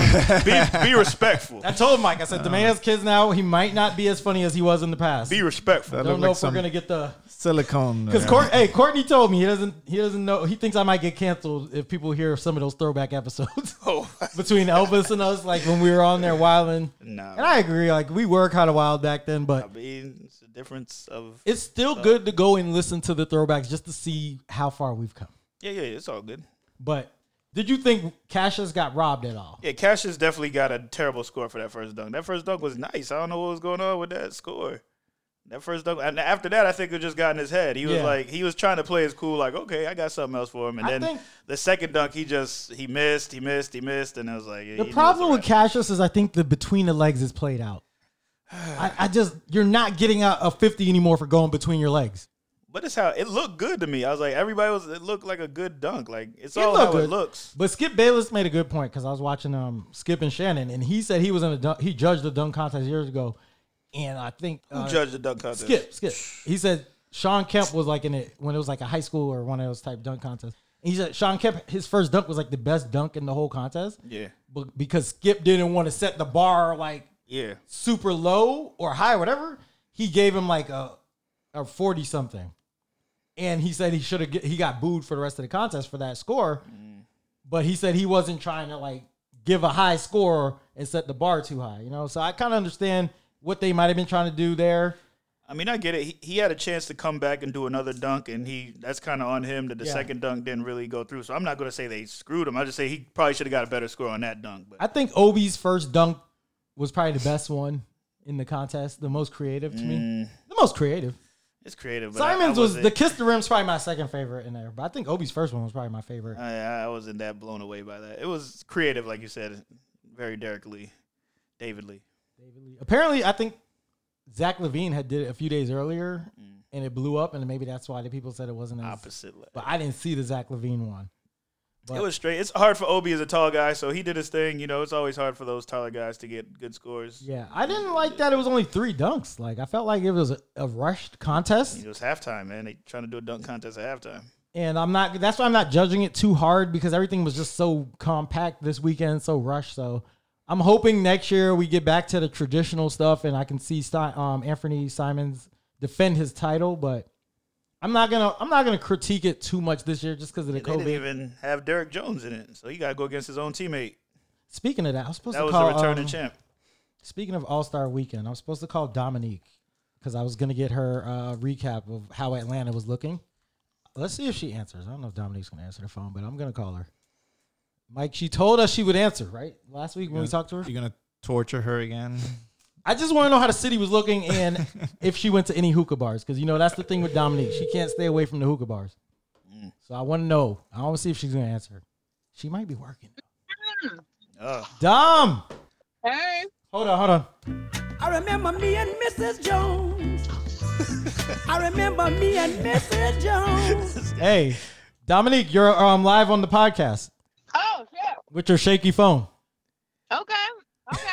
E: Be be respectful.
B: I told Mike, I said, the man has kids now. He might not be as funny as he was in the past.
E: Be respectful.
D: That
B: I don't
D: looked
B: know
D: like
B: if
D: some
B: we're gonna get the
D: silicone.
B: because
D: uh,
B: Court, hey Courtney told me he doesn't he doesn't know he thinks I might get canceled if people hear some of those throwback episodes
E: Oh,
B: between Elvis and us like when we were on there wilding
E: no.
B: and I agree like we were kind of wild back then
E: I
B: but
E: mean, it's the difference of
B: it's still good to go and listen to the throwbacks just to see how far we've come
E: yeah, yeah. It's all good.
B: but did you think Cassius got robbed at all
E: Yeah, Cassius definitely got a terrible score for that first dunk. That first dunk was nice. I don't know what was going on with that score. That first dunk, and after that, I think it just got in his head. He was
B: Yeah.
E: like, he was trying to play his cool, like, okay, I got something else for him. And
B: I
E: then
B: think-
E: the second dunk, he just he missed, he missed, he missed, and it was like
B: the problem with Cassius is I think the between the legs is played out I, I just you're not getting a, a 50 anymore for going between your legs
E: But it's how it looked good to me. I was like, everybody was. It looked like a good dunk. Like it's
B: It
E: all
B: looked
E: how
B: good.
E: it looks.
B: But Skip Bayless made a good point because I was watching um Skip and Shannon, and he said he was in a dunk, he judged the dunk contest years ago, and I think
E: Who
B: uh,
E: judged the dunk contest?
B: Skip Skip. He said Sean Kemp was like in it when it was like a high school or one of those type dunk contests. And he said Sean Kemp his first dunk was like the best dunk in the whole contest,
E: Yeah,
B: but because Skip didn't want to set the bar like
E: yeah.
B: super low or high, whatever, he gave him like a a forty something, and he said he should have he got booed for the rest of the contest for that score,
E: Mm.
B: but he said he wasn't trying to like give a high score and set the bar too high, you know. So I kind of understand what they might have been trying to do there.
E: I mean, I get it. He, he had a chance to come back and do another dunk, and he that's kind of on him that the
B: Yeah.
E: second dunk didn't really go through. So I'm not going to say they screwed him. I just say he probably should have got a better score on that dunk. But
B: I think Obi's first dunk was probably the best one in the contest, the most creative to me, the most creative.
E: it's creative. Mm. But I- I
B: Simons was
E: wasn't-
B: the kiss the rim's probably my second favorite in there, but I think Obi's first one was probably my favorite.
E: I, I wasn't that blown away by that. It was creative, like you said, very Derek Lee, David Lee.
B: Apparently, I think Zach Levine had did it a few days earlier, and it blew up, and maybe that's why the people said it wasn't as.
E: Mm. Opposite. leg.
B: But I didn't see the Zach Levine one.
E: It was straight. It's hard for Obi as a tall guy, so he did his thing. You know, it's always hard for those taller guys to get good scores.
B: Yeah, I didn't like that. It was only three dunks. Like I felt like it was a, a rushed contest,
E: It was halftime, man. They trying to do a dunk contest at halftime.
B: and I'm not. That's why I'm not judging it too hard because everything was just so compact this weekend, so rushed. So I'm hoping next year we get back to the traditional stuff, and I can see Si- um, Anthony Simons defend his title, but. I'm not gonna. I'm not gonna critique it too much this year, just because of the
E: They
B: COVID.
E: didn't even have Derek Jones in it, so he got to go against his own teammate.
B: Speaking of that, I was supposed
E: That
B: to
E: was the
B: call.
E: returning
B: um,
E: champ.
B: Speaking of All Star Weekend, I was supposed to call Dominique because I was gonna get her uh, recap of how Atlanta was looking. Let's see if she answers. I don't know if Dominique's gonna answer the phone, but I'm gonna call her. Mike, she told us she would answer, right? Last week when we talked to her,
D: You're gonna torture her again.
B: I just want to know how the city was looking and if she went to any hookah bars because you know that's the thing with Dominique. She can't stay away from the hookah bars.
E: Mm.
B: So I want to know. I want to see if she's gonna answer. She might be working. Dom,
A: Hey.
B: hold on, hold on.
F: I remember me and Mrs. Jones. I remember me and Mrs. Jones.
B: Hey, Dominique, you're um live on the podcast
A: Oh, shit.
B: with your shaky phone.
A: Okay. Okay.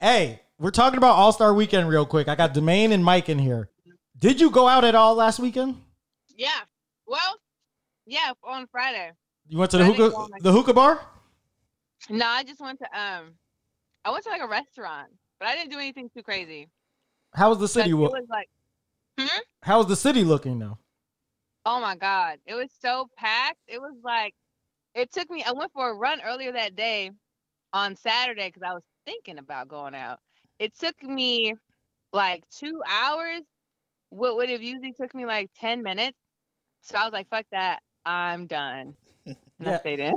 B: Hey, we're talking about All Star Weekend real quick. I got Domain and Mike in here. Did you go out at all last weekend?
A: yeah. Well, yeah, on Friday.
B: You went to the
A: I didn't
B: hookah
A: go out, like-
B: the hookah bar?
A: No, I just went to um I went to like a restaurant, but I didn't do anything too crazy.
B: How was the
A: Like,
B: city?
A: it
B: wo-
A: was like
B: How was the city looking though?
A: Oh my God. It was so packed. It was like, it took me, I went for a run earlier that day on Saturday because I was thinking about going out. It took me like two hours. What would have usually took me like 10 minutes. So I was like, fuck that. I'm done. And
B: Yeah.
A: I stayed in.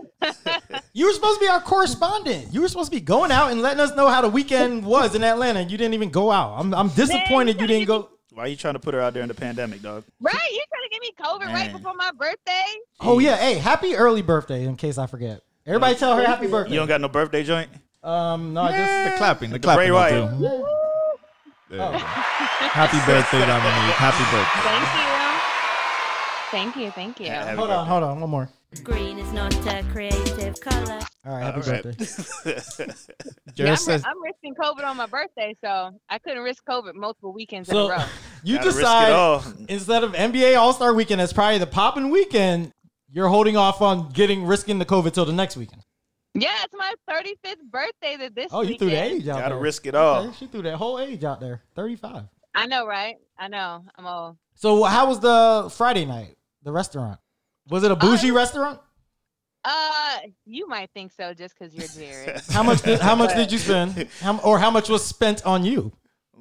B: You were supposed to be our correspondent. You were supposed to be going out and letting us know how the weekend was in Atlanta. and You didn't even go out. I'm I'm disappointed you didn't go.
E: Why are you trying to put her out during the pandemic, dog?
A: Right? You're trying to get me COVID right
E: Man.
A: before my birthday?
B: Oh yeah, hey, happy early birthday in case I forget. Everybody tell her happy
E: You don't
B: birthday.
E: got no birthday joint?
B: Um, no, I
D: The
B: just
D: clapping, the
E: Bray
D: clapping. will
E: Wyatt.
D: do.
B: yeah.
D: There you go. Happy birthday, Dominique. Happy birthday.
A: Thank you. Thank you. Thank you.
E: Yeah.
B: hold on, hold on, one more.
F: Green is not a creative color.
B: All right, happy
E: All right.
B: birthday.
A: Yeah,
D: Jared
A: I'm, ri-
D: says,
A: I'm risking COVID on my birthday, so I couldn't risk COVID multiple weekends in
B: So
A: a row.
B: you
E: Gotta risk it all.
B: decide instead of NBA All Star Weekend as probably the poppin' weekend, you're holding off on getting risking the COVID till the next weekend.
A: Yeah, it's my 35th birthday that this
B: Oh, you threw the
A: weekend.
B: age out
E: Gotta
B: there.
E: risk it
B: Okay,
E: all.
B: she threw that whole age out there. Thirty five.
A: I know, right? I know. I'm old.
B: So how was the Friday night? The restaurant was it a bougie restaurant?
A: Uh, you might think so just because you're Jared.
B: How much? Did, how much did you spend? How, or how much was spent on you?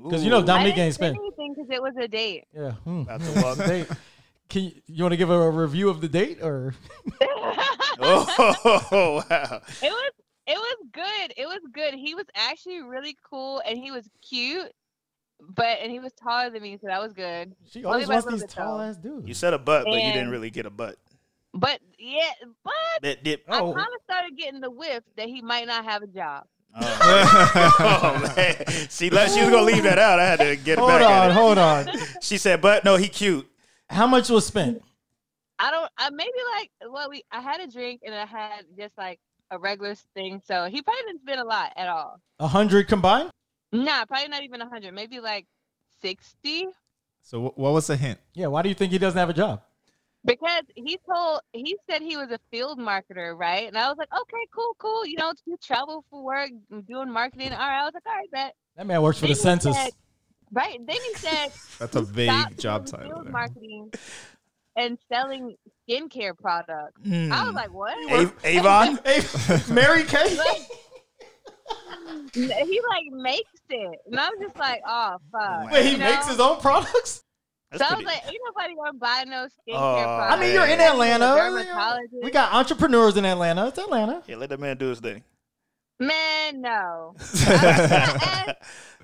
B: Because you know
A: I
B: Dominique
A: didn't
B: ain't
A: spend
B: spent.
A: anything because it was a date.
B: Yeah. hmm.
E: About to walk.
B: Date. Can you, you want to give a review of the date or?
E: Oh, wow.
A: It was it was good. It was good. He was actually really cool and he was cute, but and he was taller than me, so that was good.
B: She
A: Only
B: always
A: by a
B: wants
A: little
B: these
A: bit, though.
B: tall ass
E: You
B: dudes.
E: said a butt, but you
A: And-
E: didn't really get a butt.
A: But yeah, but
E: Bit dip.
A: I
B: Oh.
A: kind of started getting the whiff that he might not have a job.
E: Oh, man. She, left, she was going to leave that out. I had to get it
B: Hold
E: back
B: on,
E: at her.
B: hold on.
E: She said, but no, he cute.
B: How much was spent?
A: I don't. I maybe like well, we. I had a drink and I had just like a regular thing, so he probably didn't spend a lot at all.
B: A hundred combined.
A: Nah, probably not even a hundred. Maybe like sixty
D: so wh- what was the hint?
B: Yeah. Why do you think he doesn't have a job?
A: because he told he said he was a field marketer, right? And I was like, okay, cool, cool. You know, you travel for work, m- doing marketing. All right, I was like, all right, bet.
B: That man works for the
A: Then he
B: census.
A: said- Right. Then he said,
D: That's a
A: stop
D: vague job
A: doing
D: title.
A: Field
D: there.
A: marketing and selling skincare products. I
E: Hmm.
A: was like, what?
E: Mm. A- Avon?
B: Hey, Mary Kay.
A: N- he like makes it, and I'm just like, oh fuck.
B: Wait, he
A: you
B: makes
A: know?
B: his own products.
A: So
E: That's
A: I
E: pretty-
A: was like, ain't nobody gonna buy no skincare
E: Aw,
A: products.
B: I mean, you're in
E: Yeah.
B: Atlanta.
A: Dermatologist.
B: We got entrepreneurs in Atlanta. It's Atlanta.
E: Yeah, let that man do his thing.
A: man, no. I, was gonna ask,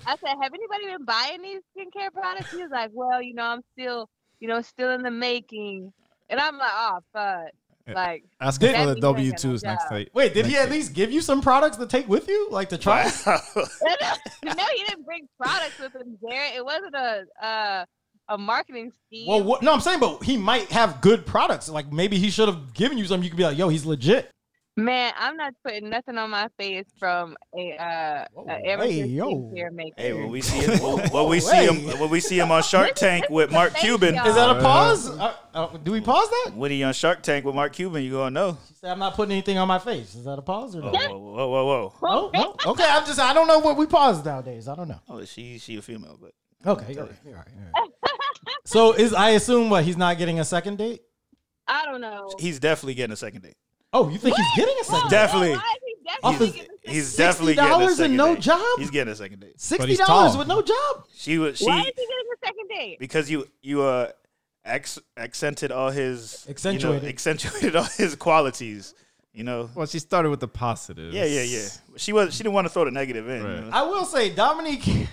A: I said, have anybody been buying these skincare products? He was like, well, you know, I'm still, you know, still in the making, and I'm like, oh fuck,
D: Yeah.
A: like.
D: Ask
B: Did-
D: him for
A: That'd
D: the
A: be pretty
D: W twos
A: good,
D: next
A: yeah.
D: time.
B: Wait, did he
D: next
B: at
D: time.
B: least give you some products to take with you, like to try?
E: Wow.
A: no, he didn't bring products with him, Jared. It wasn't a uh, a marketing scheme.
B: Well, what, no, I'm saying, but he might have good products. Like maybe he should have given you some. You could be like, "Yo, he's legit."
A: Man, I'm not putting nothing on my face from a uh
B: Whoa,
A: a amateur
B: hey, yo.
A: skincare maker.
E: Hey, when we see him, when when we see him, when we see him on Shark Tank with Mark
A: Thank
E: Cuban,
A: y'all.
B: Is that a pause? Uh, uh, do we pause that?
E: when he on Shark Tank with Mark Cuban, you gonna know?
B: She said, "I'm not putting anything on my face." Is that a pause or
E: Whoa,
B: no?
E: whoa, whoa, whoa, whoa!
B: No, no. Okay, I'm just. I don't know what we pause nowadays. I don't know.
E: Oh, she she a female, but
B: Okay, all right, all right, all right. so is I assume what he's not getting a second date?
A: I don't know.
E: he's definitely getting a second date.
B: Oh, you think he's getting a second? date?
E: Definitely.
A: Why is he
B: Off
A: definitely
B: his-
A: getting a
E: He's
A: second-
E: definitely getting a
B: $60 and
E: second
B: no
E: date.
B: job?
E: He's getting a second date.
D: But
B: Sixty
D: he's
B: dollars
D: tall.
B: with no job.
E: She was
A: Why is
E: she
A: he getting a second date?
E: because you you uh acc- accented all his you know,
B: Accentuated.
E: accentuated all his qualities. You know,
D: Well, she started with the positive.
E: yeah, yeah, yeah. She was she didn't want to throw the negative in. you
D: Right.
E: know?
B: I will say Dominique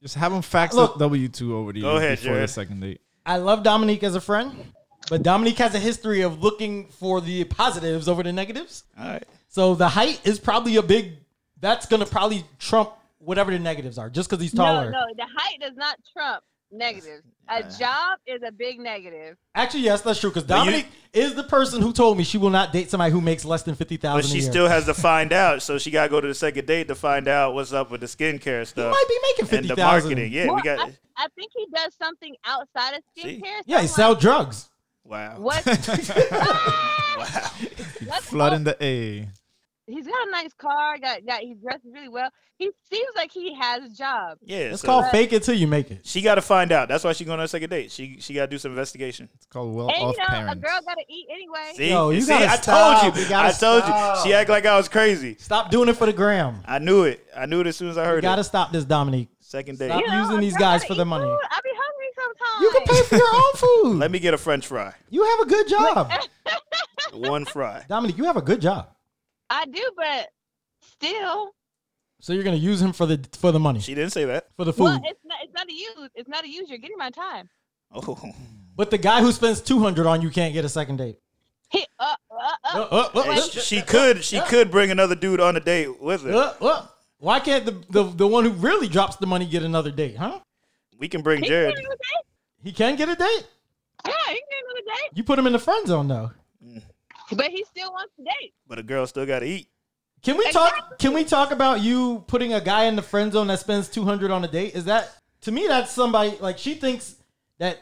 D: Just have them fax
B: Look.
D: W two over to you
E: Go ahead,
D: before the
E: Jared.
D: second date.
B: I love Dominique as a friend, but Dominique has a history of looking for the positives over the negatives.
E: All right.
B: So the height is probably a big. That's gonna probably trump whatever the negatives are, just because he's taller.
A: No, no, the height does not trump negatives. A job is a big negative.
B: Actually, yes, that's true. Because
E: you-
B: Dominique is the person who told me she will not date somebody who makes less than fifty thousand.
E: But she
B: a year.
E: still has to find out, so she gotta go to the second date to find out what's up with the skincare
B: He
E: stuff
B: might be making
E: and
B: fifty
E: the marketing.
B: thousand.
E: Yeah, we
A: Well,
E: got.
A: I, I think he does something outside of
E: See?
A: skincare. so
B: Yeah,
A: I'm
B: he
A: like,
B: sell drugs.
E: Wow.
A: What? Let's
D: Flooding the A.
A: he's got a nice car. Got got he dresses really well. He seems like he has a job.
E: Yeah.
B: It's
E: so
B: called fake it till you make it.
E: She got to find out. That's why she going on a second date. She she got to do some investigation.
D: It's called well
A: And
D: off
A: you know, a
D: parents.
A: girl gotta eat anyway.
E: See,
B: Yo, you
E: See?
B: gotta
E: I
B: stop.
E: told you.
B: You gotta
E: I told
B: stop.
E: you. She act like I was crazy.
B: Stop doing it for the gram.
E: I knew it. I knew it as soon as I
B: You
E: heard
B: gotta
E: it.
B: stop this, Dominique.
E: Second
B: stop
E: date.
A: You
B: using
A: a
B: these
A: girl
B: guys
A: gotta
B: for the
A: eat
B: money.
A: food. I be hungry sometimes.
B: You can pay for your own food.
E: Let me get a French fry.
B: you have a good job,
E: One fry.
B: Dominique. You have a good job.
A: I do, but still,
B: So you're gonna use him for the for the money
E: She didn't say that.
B: for the food.
A: well, it's not it's not a use. It's not a use. You're getting my time.
E: Oh,
B: but the guy who spends two hundred on you can't get a second date.
A: He, uh, uh, uh,
B: Uh, uh, uh,
E: Hey,
B: uh,
E: she, she could. She could bring another dude on a date with her.
B: uh, uh. Why can't the, the the one who really drops the money get another date? Huh?
E: We can bring
A: he can
E: Jared.
A: get another date.
B: He can get a date.
A: Yeah, he can get another date.
B: You put him in the friend zone though.
A: But he still wants to date.
E: But a girl still got to eat.
B: Can we talk? Can we talk about you putting a guy in the friend zone that spends two hundred on a date? Is that to me? That's somebody like she thinks that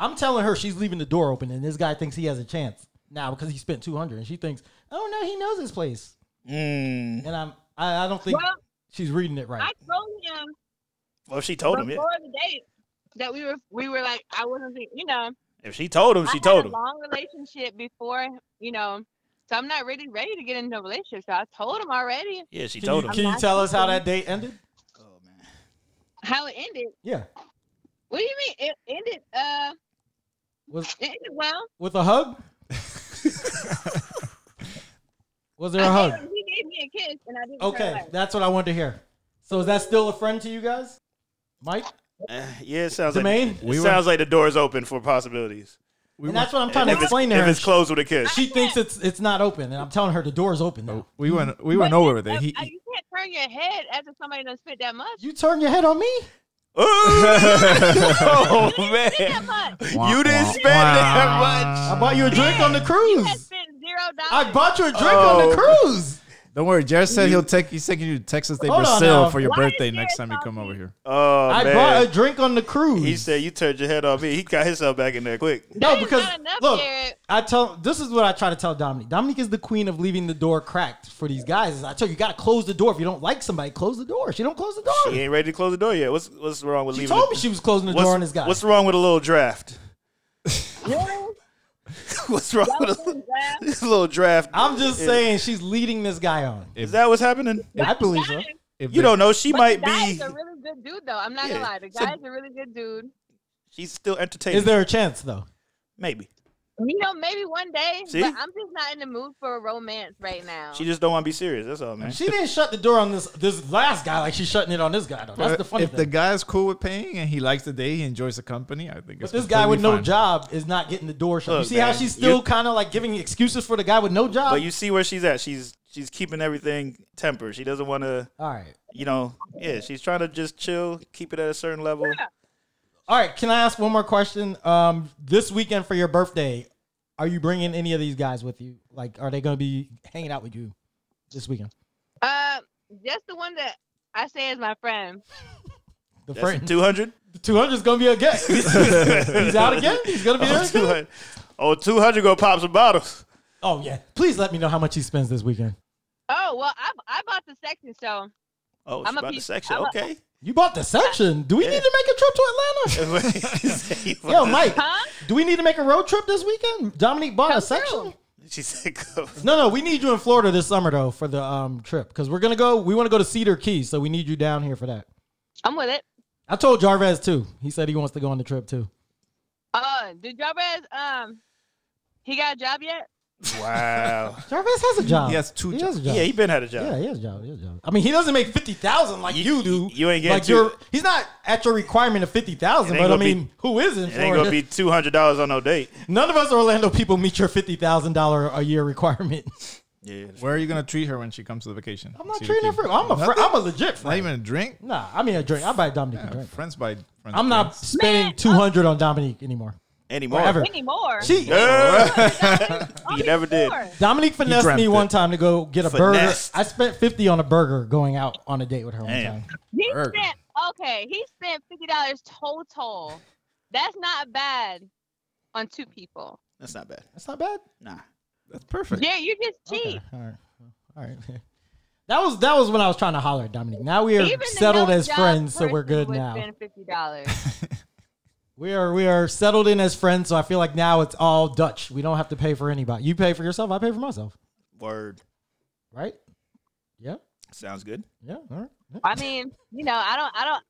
B: I'm telling her she's leaving the door open, and this guy thinks he has a chance now because he spent two hundred, and she thinks, oh no, he knows his place,
E: Mm.
B: and I'm I, I don't think
A: Well,
B: she's reading it right.
A: I told him
E: Well, if she told him, yeah.
A: before the date that we were we were like I wasn't think- you know
E: If she told him,
A: I
E: she
A: had
E: told
A: a
E: him.
A: long relationship before you know so I'm not really ready to get into a relationship so I told him already
E: Yeah, she
B: can
E: told
B: you,
E: him. Oh,
B: can you tell us how that date ended?
A: how it ended
B: Yeah,
A: what do you mean it ended uh
B: was
A: it ended well
B: with a hug. was there a
A: I gave
B: hug?
A: him- he gave me a kiss and I didn't turn
B: Okay,
A: away.
B: that's what I wanted to hear. So is that still a friend to you guys, Mike?
E: Uh, yeah, it sounds
B: Jermaine?
E: like
D: We
E: it
D: were-
E: sounds like the door's open for possibilities.
B: and that's what I'm trying
E: And
B: to
E: if, it's,
B: explain to her.
E: if it's closed with a kiss,
B: she thinks it's it's not open, and I'm telling her the door's open
E: Oh.
B: now.
D: We went we went over with
A: Uh,
D: it. He,
A: uh, you can't turn your head after somebody doesn't spit that much
B: You turn your head on me?
E: oh
A: that
E: man,
A: much
E: you didn't spend that much.
B: I bought you a drink on the
A: you had
B: cruise.
A: spent zero
B: I
A: dollars
B: bought you a drink on the
E: Oh.
B: cruise.
D: Don't worry, Jared said he'll take he's taking you to Texas Day
B: Hold on
D: Brazil
B: now.
D: for your
A: Why is
D: birthday
A: Jared
D: next time you come
A: talking?
D: over here.
E: Oh
B: I
E: man,
B: bought a drink on the cruise.
E: he said you turned your head on me. He got himself back in there quick.
B: no,
A: That is
B: because
A: not enough,
B: look,
A: Jared.
B: I tell this is what I try to tell Dominique. Dominique is the queen of leaving the door cracked for these guys. I tell you, you gotta close the door. If you don't like somebody, close the door. She don't close the door.
E: He
B: She,
E: ain't ready to close the door yet. What's what's wrong with leaving?
B: told
E: the,
B: me she was closing the
E: what's,
B: door on this guy.
E: What's wrong with a little draft? what's wrong with a,
A: That was
E: li- this little draft?
B: I'm just
E: Is-
B: saying she's leading this guy on.
E: Is that what's happening?
B: I believe so.
A: Guys,
D: If
E: You
D: the-
E: don't know. She
A: but
E: might
A: the guy's
E: be.
A: a really good dude though I'm not
E: Yeah,
A: gonna lie the
E: so-
A: guy's a really good dude
E: She's still entertaining.
B: Is there a chance though?
E: Maybe
A: You know, maybe one day,
E: See?
A: but I'm just not in the mood for a romance right now.
E: she just don't want to be serious. That's all, man.
B: She didn't shut the door on this this last guy like she's shutting it on this guy though. That's the funny
D: if
B: thing.
D: the guy is cool with paying and he likes the day, he enjoys the company. I think.
B: But
D: it's
B: this guy with
D: completely
B: no
D: fine.
B: job is not getting the door shut.
E: Look,
B: you see how
E: man,
B: she's still
E: you-
B: kind of like giving excuses for the guy with no job?
E: But you see where she's at. She's she's keeping everything tempered. She doesn't want to,
B: all right.
E: you know, yeah. She's trying to just chill, keep it at a certain level.
B: All right. Can I ask one more question? Um, this weekend for your birthday, are you bringing any of these guys with you? Like, are they going to be hanging out with you this weekend?
A: uh, just the one that I say is my friend.
B: The
E: That's
B: friend.
E: two hundred.
B: Two hundred is going to be again. He's out again. He's going to be there
E: Oh, two
B: again.
E: hundred. Oh, 200 gonna pop some bottles.
B: Oh yeah. Please let me know how much he spends this weekend.
A: Oh well, I I bought the section, so
E: Oh,
A: I'm
E: she
A: a
E: about the
A: piece-
E: section.
A: I'm a-
E: okay.
B: You bought the section. Do we need to make a trip to Atlanta? Yo, Mike.
A: huh?
B: Do we need to make a road trip this weekend? Dominique bought a
A: Come
B: section.
A: through.
E: She said, "Go."
B: No, no, we need you in Florida this summer though for the um trip because we're gonna go. We want to go to Cedar Key, so we need you down here for that.
A: I'm with it.
B: I told Jarvez too. He said he wants to go on the trip too.
A: Uh, did Jarvis um, he got a job yet?
E: Wow.
B: Jarvis has a job.
D: He has two
B: He has a job.
E: yeah, he been had a job.
B: Yeah, he has a job. He has a job. I mean, he doesn't make fifty thousand like you, do.
E: you ain't getting
B: like
E: two-
B: you're. He's not at your requirement of fifty thousand.
E: It ain't
B: But I
E: gonna be-
B: mean, who is in
E: It ain't gonna
B: Florida?
E: be two hundred dollars on no date.
B: None of us Orlando people meet your fifty thousand dollar a year requirement.
E: Yeah.
D: Where are you gonna treat her when she comes to the vacation?
B: I'm not
D: See the
B: treating her
D: key.
B: for. I'm a. Fr-
D: Nothing?
B: I'm a legit
D: Not
B: friend.
D: even a drink.
B: Nah, I mean a drink. I buy Dominique a
D: Yeah,
B: drink.
D: friends by friends.
B: I'm not
D: drinks.
B: spending two hundred on Dominique anymore.
E: Anymore.
B: Ever.
A: anymore.
B: She
E: Yeah.
A: Only
E: never did.
A: four.
B: Dominique finessed
D: dreamt
B: me
D: it.
B: one time to go get a
E: Finessed.
B: burger. I spent fifty on a burger going out on a date with her one
E: Damn.
B: time.
A: He
D: Burger.
A: spent okay. He spent fifty dollars total. That's not bad on two people.
E: That's not bad.
B: That's not bad.
E: Nah.
D: That's perfect.
A: Yeah, you're just cheap.
B: All right. All right. That was that was when I was trying to holler at Dominique. Now we are
A: Even the
B: settled
A: no
B: as
A: job
B: friends, so we're
A: person
B: good
A: would
B: now.
A: Spend fifty dollars.
B: We are we are settled in as friends, so I feel like now it's all Dutch. We don't have to pay for anybody. You pay for yourself, I pay for myself.
E: Word.
B: Right? Yeah.
E: Sounds good.
B: Yeah. All right. Yeah.
A: I mean, you know, I don't, I don't,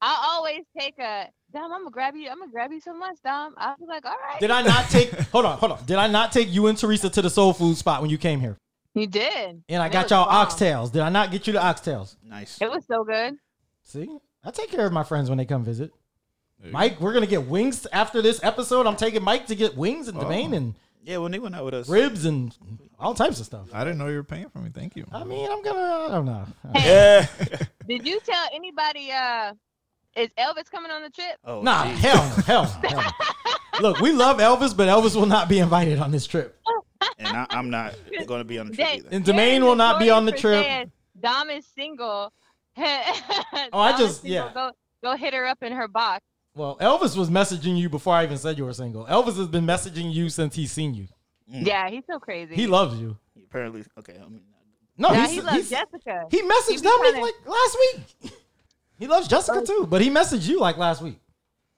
A: I always take a Dom. I'm gonna grab you. I'm gonna grab you some lunch, Dom. I'll be like, all right.
B: Did I not take hold on, hold on. Did I not take you and Teresa to the soul food spot when you came here?
A: you did.
B: And I
A: It
B: got
A: was
B: y'all
A: bomb.
B: oxtails. Did I not get you the oxtails?
E: Nice.
A: It was so good.
B: See? I take care of my friends when they come visit.
D: There you
B: Mike, we're gonna get wings after this episode. I'm taking Mike to get wings and domain
D: Oh.
B: and
E: Yeah, when they went out with us.
B: ribs and all types of stuff.
D: I didn't know you were paying for me. Thank you.
B: I mean, I'm gonna. I don't know.
E: Yeah.
A: Did you tell anybody? Uh, is Elvis coming on the trip?
E: Oh,
B: Nah,
E: geez.
B: hell, no, hell, no, hell. no. Look, we love Elvis, but Elvis will not be invited on this trip,
E: And I, I'm not going to be on the trip
A: They-
E: either.
B: and Domain will not be on the trip.
A: Dom is single. oh,
B: I just- yeah.
A: Go, go hit her up in her box.
B: Well, Elvis was messaging you before I even said you were single. Elvis has been messaging you since he's seen you.
A: Yeah, he's so crazy.
B: He loves you.
E: Apparently, okay. I mean,
B: No,
A: yeah,
B: he's,
A: he loves
B: he's-
A: Jessica.
B: he messaged
A: be
B: Dominic
A: kinda-
B: like last week. He loves Jessica too, but he messaged you like last week.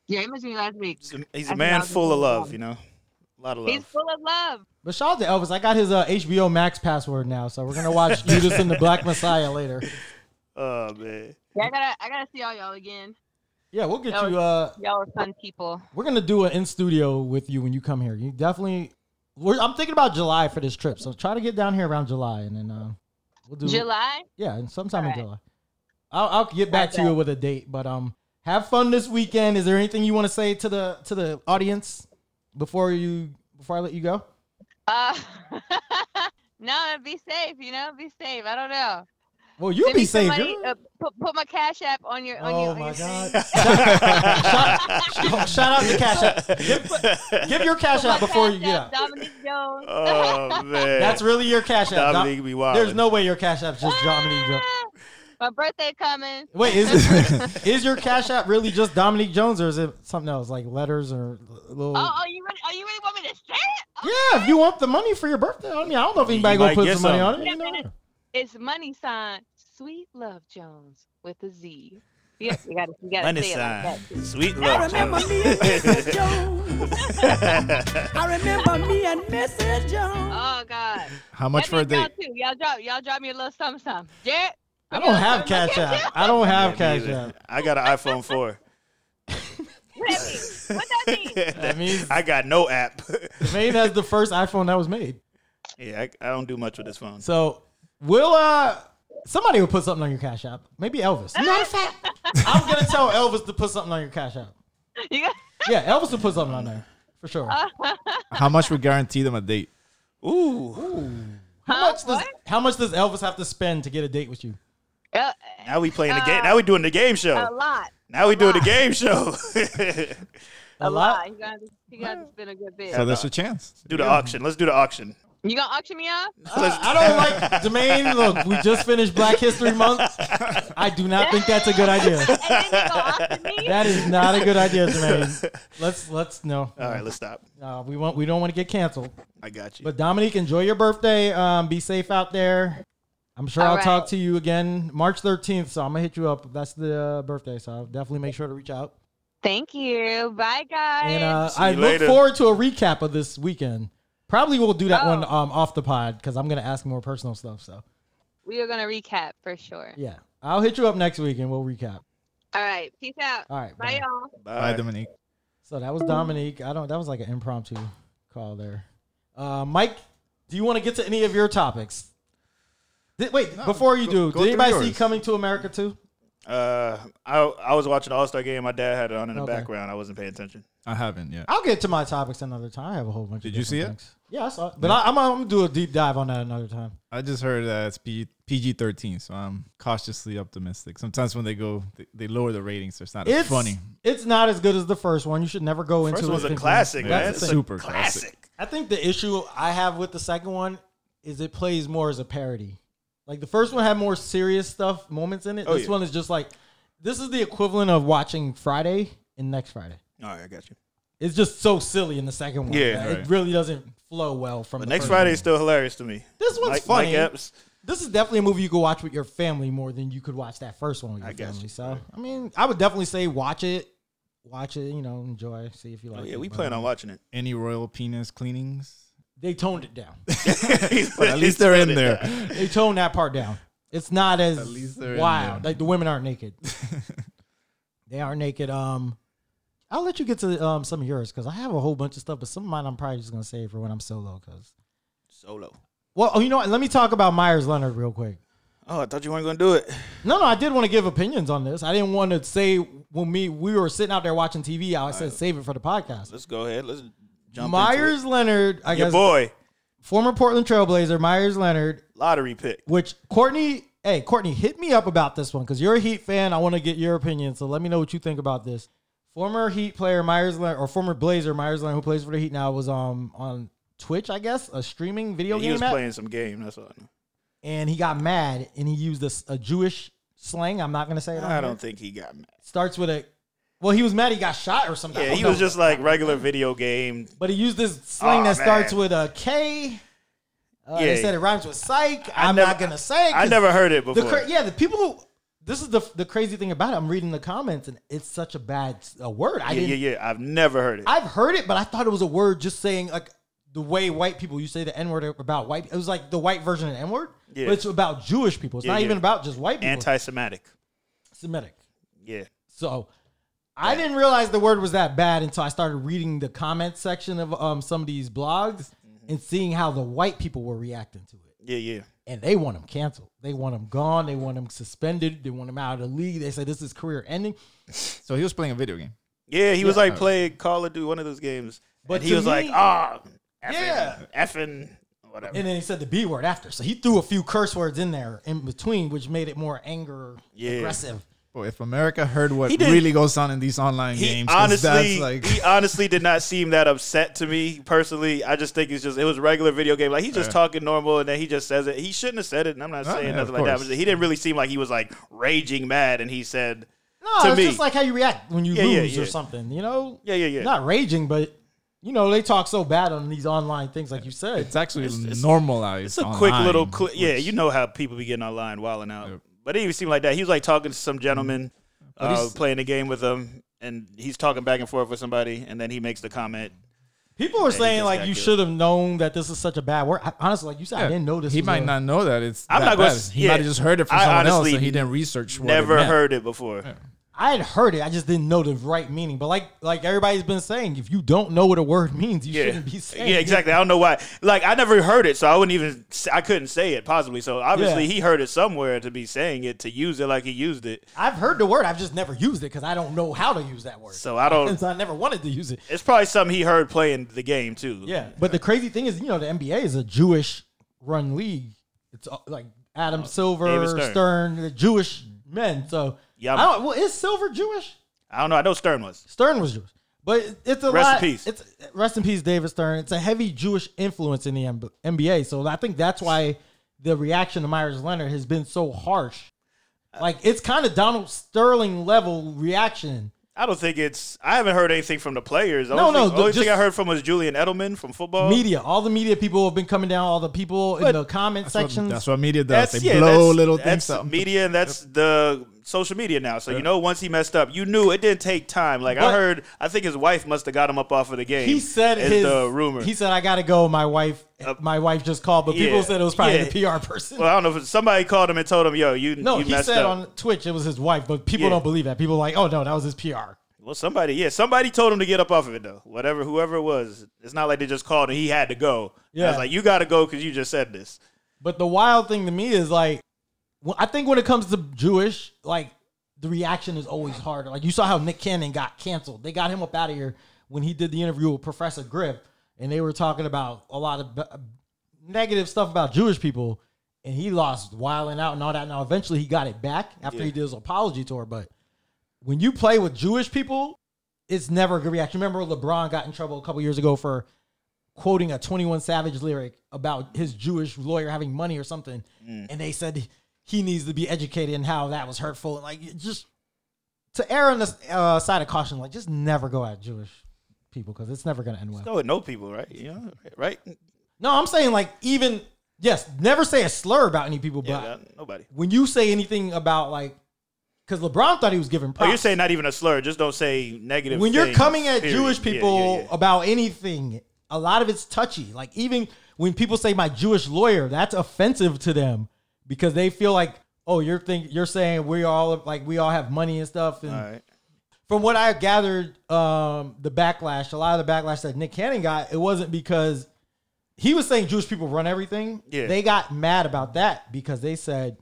A: yeah, he messaged me last week.
E: he's a, he's a
A: I think
E: man
A: I'll
E: full of
A: just-
E: love, you know? A lot of love.
A: He's full of love.
B: But shout out to Elvis. I got his uh, HBO Max password now, so we're gonna watch Judas and the Black Messiah later.
E: oh, man.
A: Yeah, I gotta, I gotta see all y'all again.
B: Yeah, we'll get
A: Elvis.
B: you. Uh,
A: Y'all are fun people.
B: We're gonna do an in studio with you when you come here. You definitely. We're, I'm thinking about July for this trip, so try to get down here around July, and then uh, we'll do.
A: July.
B: Yeah, and sometime
A: Alright.
B: in July. I'll, I'll get back to you
A: Okay.
B: with a date, but um, have fun this weekend. Is there anything you want to say to the to the audience before you before I let you go?
A: Uh, no, be safe. You know, be safe. I don't know.
B: Well, you'll
A: Send
B: be
A: me
B: safe.
A: somebody,
B: You're-
A: uh, put, put my cash app on your. On your,
B: oh
A: on
B: my
A: your thing.
B: god! shout, shout out to Cash App. Give, give your Cash
A: Put my
B: App before you
A: Cash
B: get
A: App,
B: out.
A: Dominique Jones.
E: Oh, man.
B: That's really your Cash App. Dom-
E: Dominique be wild.
B: There's no way your Cash App's just Dominique. Jones.
A: Ah, my birthday coming.
B: Wait, is is your Cash App really just Dominique Jones, or is it something else like letters or little?
A: Oh, oh, you really, oh, you really want me to say it? Oh,
B: yeah, if you want the money for your birthday, I mean, I don't know if anybody gonna
E: might
B: put
E: get
B: some money
E: some.
B: on it.
A: Yeah,
B: You know?
A: man. It's money sign, sweet love Jones with a Z. Yes, you gotta, you gotta
E: Money
A: say it like
E: sign.
A: that.
E: Sweet
F: I
E: love.
F: remember me and Mrs. Jones. I remember me and Mrs. Jones.
A: Oh God.
D: How much
A: That
D: for a
A: means y'all
D: date?
A: too. Y'all drop, y'all drop me a little something, something. Jared,
B: I don't have Cash App. I don't
E: Yeah,
B: have
E: me
B: Cash
E: either.
B: App.
E: I got an iPhone 4.
A: what that mean? What that mean?
E: that
B: means-
E: I got no app.
B: Maine has the first iPhone that was made,
E: yeah, I, I don't do much with this phone.
B: so we'll uh somebody will put something on your Cash App. Maybe Elvis. Matter of fact, I'm gonna tell Elvis to put something on your Cash App.
A: You got-
B: Yeah, Elvis will put something on there for
A: Oh,
B: sure.
D: How much would guarantee them a date?
E: Ooh.
B: How much does
A: What?
B: how much does Elvis have to spend to get a date with you?
A: Uh,
E: Now we playing the
F: Uh,
E: game. Now we doing the game
A: a
E: show.
A: lot.
E: Now we doing the game show.
B: A,
A: A
B: lot.
A: lot. You gotta, you gotta spend a good bit.
D: So there's a chance.
E: do the auction. Let's do the auction.
A: You gonna auction me off?
E: Let's-
B: I don't like Domain. Look, we just finished Black History Month. I do not think that's a good idea.
A: And then you gonna auction me?
B: That is not a good idea, Domain. Let's let's no.
E: All right, let's stop.
B: No, we want we don't want to get canceled.
E: I got you.
B: But Dominique, enjoy your birthday. Um, be safe out there. I'm sure
A: All
B: I'll
A: right.
B: talk to you again March 13th. So I'm gonna hit you up. That's the uh, birthday. So I'll definitely make sure to reach out.
A: Thank you. Bye, guys.
B: And uh,
E: See
B: I
E: you
B: look
E: later.
B: forward to a recap of this weekend. Probably we'll do that
A: Oh.
B: one um, off the pod because I'm gonna ask more personal stuff. So
A: we are gonna recap for sure.
B: yeah, I'll hit you up next week and we'll recap.
A: All right. Peace out.
B: All right,
A: Bye,
B: bye.
A: y'all.
D: Bye,
E: Bye.
D: Dominique.
B: So that was Dominique. I don't. That was like an impromptu call there. Uh, Mike, Do you want to get to any of your topics? Did- wait,
D: No,
B: before you
D: go-
B: do,
D: go
B: did
D: through
B: anybody see
D: yours.
B: Coming to America too?
E: Uh, I I was watching the All Star game. My dad had it on in the
B: Okay.
E: background. I wasn't paying attention.
D: I haven't yet.
B: I'll get to my topics another time. I have a whole bunch.
D: Did
B: of
D: you
B: different
D: see it?
B: things. Yeah, I saw it. But I, I'm, I'm gonna do a deep dive on that another time.
D: I just heard that it's PG thirteen, so I'm cautiously optimistic. Sometimes when they go, they, they lower the ratings. So it's not as
B: It's
D: funny.
B: It's not as good as the first one. You should never go into.
E: First
B: it
E: one's a
B: thinking-
E: classic,
D: Yeah,
E: man.
D: that's
E: It's
D: a
E: a
D: super
E: super
D: classic.
E: classic.
B: I think the issue I have with the second one is it plays more as a parody. Like the first one had more serious stuff moments in it.
E: Oh,
B: this
E: yeah.
B: one is just like this is the equivalent of watching Friday and next Friday.
E: All right, I got you.
B: It's just so silly in the second one.
E: Yeah.
B: that it really doesn't flow well from.
E: But
B: the
E: next
B: first
E: Friday
B: one.
E: is still hilarious to me.
B: This one's
E: Mike,
B: funny.
E: Mike Epps.
B: This is definitely a movie you could watch with your family more than you could watch that first one with your
E: I guess.
B: family. So I mean, I would definitely say watch it, watch it. You know, enjoy, see if you like. uh,
E: Oh, yeah,
B: it,
E: we
B: but-
E: plan on watching it.
D: Any royal penis cleanings?
B: They toned it down.
D: But at least they're in there.
B: they toned that part down. It's not as
D: least they're in
B: wild.
D: there.
B: Like the women aren't naked. they are naked. Um, I'll let you get to um some of yours because I have a whole bunch of stuff, but some of mine I'm probably just gonna save for when I'm solo. Because
E: Solo.
B: well, oh, you know what? Let me talk about Myers Leonard real quick.
E: Oh, I thought you weren't going to do it.
B: No, no, I did want to give opinions on this. I didn't want to say when me we were sitting out there watching TV. I said save it for the podcast.
E: Let's go ahead. Let's jump
B: Myers Leonard, I
E: into it. Your
B: guess,
E: boy,
B: former Portland Trailblazer Myers Leonard
E: lottery pick.
B: which Courtney, hey, Courtney, hit me up about this one because you're a Heat fan. I want to get your opinion. So let me know what you think about this. Former Heat player Myers Leonard, or former Blazer Myers Leonard, who plays for the Heat now, was um on Twitch, I guess, a streaming video
E: He
B: game
E: was
B: app,
E: playing some game. That's all. I, know.
B: and he got mad and he used this a Jewish slang. I'm not gonna say it. on
E: I
B: here.
E: don't think he got mad.
B: Starts with a. Well, he was mad he got shot or something. I
E: Yeah,
B: don't
E: he
B: know.
E: was just like regular video game.
B: But he used this slang
E: Aw,
B: that starts
E: man.
B: with a K. Uh,
E: Yeah.
B: They said it rhymes with psych.
E: I
B: I'm
E: never-
B: not gonna say. it
E: I
B: 'cause
E: never heard it
B: the
E: before.
B: cra- yeah the people who this is the the crazy thing about it i'm reading the comments and it's such a bad s- a word i
E: yeah,
B: didn't
E: yeah, yeah. I've never heard it.
B: i've heard it but i thought it was a word just saying like the way white people you say the n-word about white it was like the white version of the n-word
E: Yeah.
B: but it's about jewish people it's
E: Yeah,
B: not
E: yeah.
B: even about just white people
E: Anti-Semitic.
B: semitic
E: Yeah.
B: so I didn't realize the word was that bad until I started reading the comment section of um, some of these blogs
E: Mm-hmm.
B: and seeing how the white people were reacting to it
E: Yeah, yeah.
B: and they want him canceled. They want him gone. They want him suspended. They want him out of the league. They say this is career ending.
D: So he was playing a video game.
E: Yeah, he was like playing Call of Duty, one of those games.
B: But
E: But he
B: to
E: was like,
B: me-
E: ah, effing,
B: Yeah.
E: effing, whatever.
B: And then he said the B word after. So he threw a few curse words in there in between, which made it more anger
E: Yeah.
B: aggressive.
D: Boy, if America heard what
E: He didn't-
D: really goes on in these online
E: he
D: games, 'cause
E: honestly,
D: that's like
E: he honestly did not seem that upset to me personally. I just think it's just it was a regular video game. Like he's just talking normal, and then he just says it. He shouldn't have said it, and I'm not
D: Oh,
E: saying
D: yeah,
E: nothing
D: of
E: like that. But
D: course.
E: he didn't really seem like he was like raging mad, and he said,
B: No,
E: To
B: it's
E: me.
B: just like how you react when you
E: Yeah, yeah,
B: lose or
E: yeah.
B: something, you know?
E: Yeah, yeah, yeah.
B: Not raging, but you know, they talk so bad on these online things, like you said.
D: it's actually
E: it's-
D: normalized.
E: "It's a quick
D: online,
E: little clip." Yeah,
D: which-
E: you know how people be getting online wilding out, but it didn't even seem like that. He was like talking to
B: Mm-hmm.
E: some gentleman, uh,
D: he's-
E: playing a game with him, and he's talking back and forth with somebody, and then he makes the comment.
B: People are saying
E: just
B: like
E: got
B: you
E: killed.
B: should have known that this is such a bad word. I, honestly, like you said, I
D: Yeah.
B: didn't know this.
D: He
B: was
D: might
B: a-
D: not know that it's.
E: I'm
D: that
E: not gonna
D: bad.
E: s-
D: He
E: yeah.
D: might have just heard it from
E: I
D: someone else,
E: honestly
D: and he didn't research. what it
E: Never
D: meant.
E: heard it before.
B: I had heard it. I just didn't know the right meaning. But like like everybody's been saying, if you don't know what a word means, you shouldn't be saying.
E: Yeah,
B: it.
E: exactly. I don't know why. Like I never heard it, so I wouldn't even. say- I couldn't say it possibly. So obviously
B: Yeah.
E: he heard it somewhere to be saying it to use it like he used it.
B: I've heard the word. I've just never used it because I don't know how to use that word.
E: So I don't.
B: So I never wanted to use it.
E: it's probably something he heard playing the game too.
B: Yeah. But the crazy thing is, you know, the NBA is a Jewish run league. It's uh, like Adam Silver,
E: David
B: Stern.
E: Stern.
B: the Jewish men. So
E: Yeah,
B: I don't, well, is Silver Jewish?
E: I don't know. I know Stern was.
B: Stern was Jewish, but it- it's a
E: Rest in
B: lot.
E: peace.
B: It's rest in peace, David Stern. It's a heavy Jewish influence in the M- NBA, so I think that's why the reaction to Myers Leonard has been so harsh. Like it's kind of Donald Sterling level reaction.
E: I don't think it's. I haven't heard anything from the players. The
B: No,
E: only
B: no,
E: Thing, only
B: just-
E: thing I heard from was Julian Edelman from football.
B: Media, all the media people have been coming down. All the people in
E: But-
B: the comment
D: That's what,
B: sections.
D: that's what media does.
E: That's
D: they
E: yeah,
D: blow
E: that's,
D: little
E: that's
D: things up.
E: Media and that's the social media now. So you know, once he messed up, you knew it didn't take time. Like
B: But-
E: I heard, I think his wife must have got him up off of the game.
B: he said
E: is
B: his
E: the rumor. Uh,
B: He said I gotta go. My wife, my wife just called, but people
E: yeah,
B: said it was probably
E: yeah.
B: the PR person.
E: Well, I don't know if it's- somebody called him and told him, "Yo, you
B: no,
E: you
B: he
E: messed
B: said
E: up."
B: on Twitch it was his wife, but people
E: Yeah.
B: don't believe that. People are like, oh no, that was his PR.
E: Well, somebody, yeah, somebody told him to get up off of it though. Whatever, whoever it was, it's not like they just called and he had to go. Yeah, I
B: Yeah.
E: was like, you got to go because you just said this.
B: But the wild thing to me is like, wh- I think when it comes to Jewish, like the reaction is always harder. Like you saw how Nick Cannon got canceled. They got him up out of here when he did the interview with Professor Griff, and they were talking about a lot of b- negative stuff about Jewish people, and he lost wilding out and all that. Now eventually he got it back after he did his apology tour. But when you play with Jewish people, it's never a good reaction. Remember LeBron got in trouble a couple years ago for quoting a 21 Savage lyric about his Jewish lawyer having money or something. And they said he needs to be educated in how that was hurtful. And like, it just to err on the uh, side of caution, like, just never go at Jewish people because it's never going to end well.
E: No, with no people, right? You know, right? Yeah,
B: No, I'm saying, like, even, yes, never say a slur about any people, but
E: that- nobody.
B: when you say anything about, like, because LeBron thought he was giving
E: Oh,
B: props.
E: you're saying not even a slur. Just don't say negative.
B: when you're
E: things,
B: coming at
E: period.
B: Jewish
E: Yeah, yeah,
B: people
E: yeah.
B: about anything, a lot of it's touchy. Like even when people say my Jewish lawyer, that's offensive to them because they feel like, oh, you're think you're saying we all like we all have money and stuff. And
E: All right.
B: from what I gathered, um, the backlash, a lot of the backlash that Nick Cannon got, it wasn't because he was saying Jewish people run everything.
E: Yeah.
B: They got mad about that because they said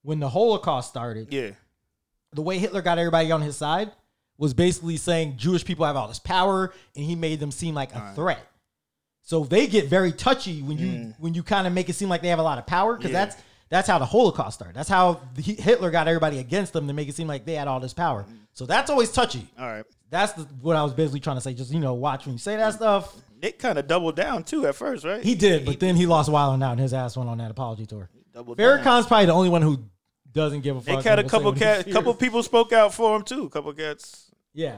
B: when the Holocaust started,
E: Yeah.
B: the way Hitler got everybody on his side was basically saying Jewish people have all this power and he made them seem like a threat. So they get very touchy when you when you kind of make it seem like they have a lot of power because
E: Mm. Yeah.
B: that's that's how the Holocaust started. That's how the, Hitler got everybody against them to make it seem like they had all this power.
E: Mm.
B: So that's always touchy.
E: All right.
B: That's the, what I was basically trying to say. Just you know, watch when you say that stuff.
E: Nick kind of doubled down too at first, right?
B: He did, but then he lost wild and out, and his ass went on that apology tour.
E: doubled down.
B: Farrakhan's probably the only one who doesn't give a fuck.
E: Nick had a
B: and will say
E: couple
B: what he
E: cat,
B: feels.
E: couple people spoke out for him too. Couple cats.
B: Yeah.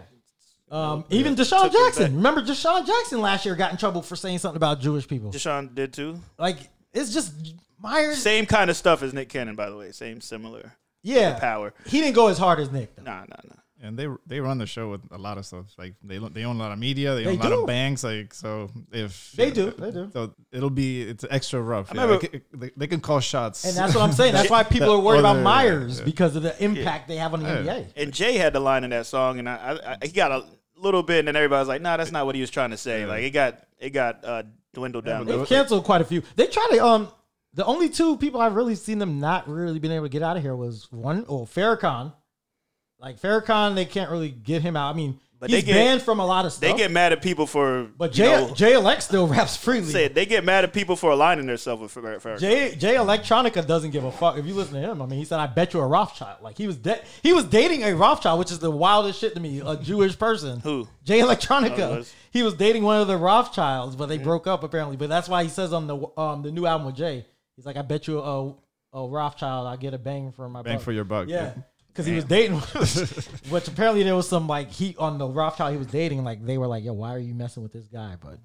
B: Um, even Deshaun
E: Took it
B: Jackson.
E: back.
B: Remember, Deshaun Jackson last year got in trouble for saying something about Jewish people.
E: Deshaun did too.
B: Like, it's just Myers.
E: Same kind of stuff as Nick Cannon, by the way. Same similar
B: yeah.
E: power.
B: He didn't go as hard as Nick, though.
E: Nah, nah, nah.
D: and they they run the show with a lot of stuff. Like they they own a lot of media, they, own
B: They
D: a lot
B: do.
D: of banks. Like so, if
B: They do, they do.
D: So it'll be it's extra rough. Yeah,
E: remember-
D: like, it- they, they can call shots,
B: And that's what I'm saying. That's why people
D: That
B: are worried about
D: other-
B: Myers
D: yeah.
B: because of the impact they have on the
D: Yeah.
B: NBA.
E: And Jay had the line in that song, and I, I, I he got a little bit, and then everybody was like, "Nah, that's not what he was trying to say." Like it got it got uh, dwindled down.
B: They've canceled quite a few. They try to um. The only two people I've really seen them not really been able to get out of here was one or Farrakhan. Like Farrakhan, they can't really get him out. I mean,
E: But
B: he's
E: they get-
B: banned from a lot of
E: they
B: stuff.
E: get mad at people for
B: but
E: you
B: J,
E: know,
B: JLX still raps freely.
E: said they get mad at people for aligning themselves with Fer- Farrakhan.
B: Jay Jay Electronica doesn't give a fuck if you listen to him. I mean, he said, "I bet you a Rothschild." Like he was de- he was dating a Rothschild, which is the wildest shit to me. A Jewish person
E: Who?
B: Jay
E: Oh, it
B: Electronica.
E: was.
B: he was dating one of the Rothschilds, but they broke up apparently. But that's why he says on the um the new album with Jay, he's like, "I bet you a, a Rothschild, I get a bang for my
D: bang
B: buck."
D: for your buck.
B: Yeah. Because he was dating, which apparently there was some like heat on the Rothschild he was dating. Like they were like, "Yo, why are you messing with this guy?" But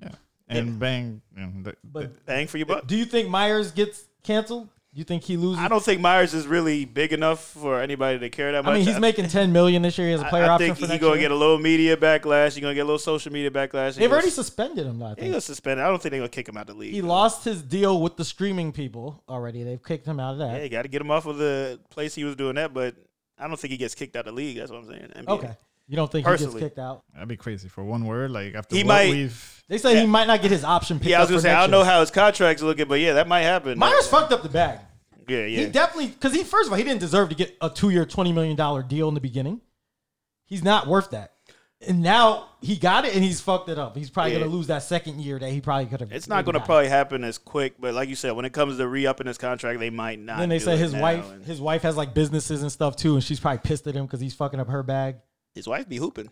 D: Yeah. and bang. You know, they-
B: but
E: Bang for your buck.
B: do you think Myers gets canceled? You think Uh, he loses?
E: I don't think Myers is really big enough for anybody to care that much.
B: I mean, he's making ten million this year. He has a player
E: I, I
B: option
E: think
B: for
E: he's
B: next
E: gonna
B: year.
E: get a little media backlash. You're gonna get a little social media backlash.
B: They've already suspended him. Though, I
E: He's
B: think
E: gonna suspend. I don't think they're gonna kick him out of the league.
B: he lost his deal with the streaming people already. They've kicked him out of that.
E: Yeah, you got to get him off of the place he was doing that, but I don't think he gets kicked out of the league. That's what I'm saying. NBA.
B: okay, you don't think he
E: Personally.
B: gets kicked out?
D: that'd be crazy for one word. Like after
E: He
D: what
E: might-
D: we've
B: They say he might not get his option picked
E: Yeah, I was
B: up
E: gonna
B: for
E: say I
B: next
E: don't know
B: year.
E: how his contract's looking, but yeah, that might happen.
B: Myers
E: Like,
B: fucked up the bag.
E: Yeah, yeah.
B: He definitely because he first of all he didn't deserve to get a two year twenty million dollar deal in the beginning. He's not worth that. And now he got it, and he's fucked it up. He's probably
E: Yeah.
B: gonna lose that second year that he probably could have.
E: it's not gonna probably happen as quick, but like you said, when it comes to re-upping his contract, they might not.
B: Then they
E: do
B: say
E: it
B: his
E: now,
B: wife,
E: and- his,
B: his wife has like businesses and stuff too, and she's probably pissed at him because he's fucking up her bag.
E: wife be hooping.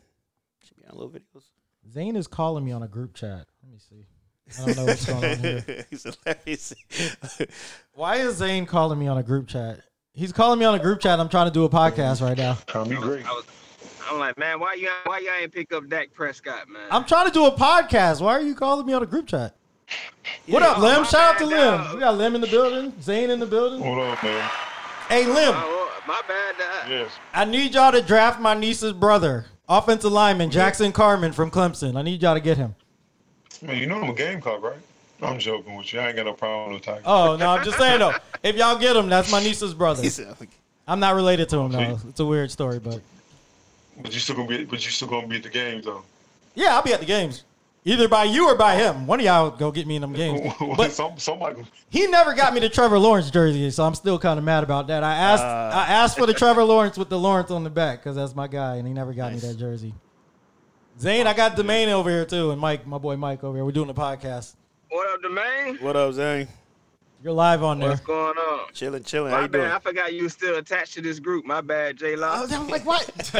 E: She be on little videos.
B: Zane is calling me on a group chat. Let me see. I don't know what's going on here.
E: He's hilarious.
B: Why is Zane calling me on a group chat? He's calling me on a group chat. I'm trying to do a podcast right now.
G: I was, I'm like, man, why you why y'all ain't pick up Dak Prescott, man?
B: I'm trying to do a podcast. Why are you calling me on a group chat? What up, Lim?
G: my
B: Shout out to
G: bad,
B: Lim.
G: dog.
B: We got Lim in the building. Zane in the building.
H: What up, man?
B: Hey, Lim,
G: Oh, my bad. Dog.
H: Yes.
B: I need y'all to draft my niece's brother, offensive lineman Jackson Carmen from Clemson. I need y'all to get him.
H: Man, you know I'm a Gamecock, right? I'm joking with you. I ain't got no problem with the Tigers.
B: Oh no, I'm just saying though. If y'all get him, that's my niece's brother.
E: He said,
B: I'm not related to him though. It's a weird story, but
H: But you still gonna be, but you still gonna be at the game though.
B: Yeah, I'll be at the games. Either by you or by him. One of y'all go get me in them games. But
H: Some, somebody,
B: he never got me the Trevor Lawrence jersey, so I'm still kind of mad about that. I asked I asked for the Trevor Lawrence with the Lawrence on the back because that's my guy, and he never got me
E: Nice.
B: that jersey. Zane, I got Domain over here too, and Mike, my boy Mike over here. We're doing a podcast.
G: What up, the man?
E: What up, Zane?
B: You're live on there.
G: What's going on?
E: Chilling, chilling. How
G: My
E: you
G: bad.
E: doing?
G: I forgot you was still attached to this group. My bad, J Law.
B: I'm like, what?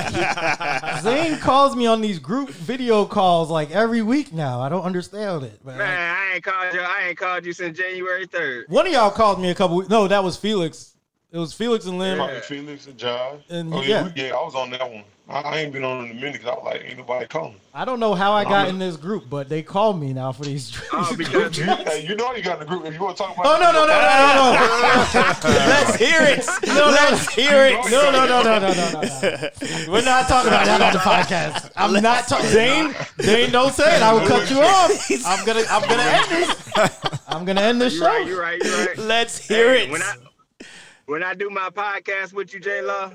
B: Zane calls me on these group video calls like every week now. I don't understand it. But like,
G: Man, I ain't called you. I ain't called you since January third.
B: one of y'all called me a couple weeks. No, that was Felix. It was Felix and Lynn.
H: Probably Felix and Josh.
B: And
H: oh
B: yeah.
H: yeah, we- yeah, I was on that one. I, I ain't been on in a minute because I was like, ain't nobody calling.
B: I don't know how I got in this group, but they call me now for these.
G: Oh,
B: drinks.
G: because
H: You, hey, you know you got in the group. If you want to talk
B: Oh
H: about,
B: no no no no
E: Let's hear it.
B: no no let's hear it. No no no no no no no. no. We're not talking about that on the podcast. I'm not talking. Zane, Zane, don't say it. I will cut you off. I'm gonna I'm gonna end this. I'm gonna end this
G: you right,
B: show.
G: you right, you right.
E: Let's hear
G: Hey,
E: it.
G: When I when I do my podcast with you, J Law,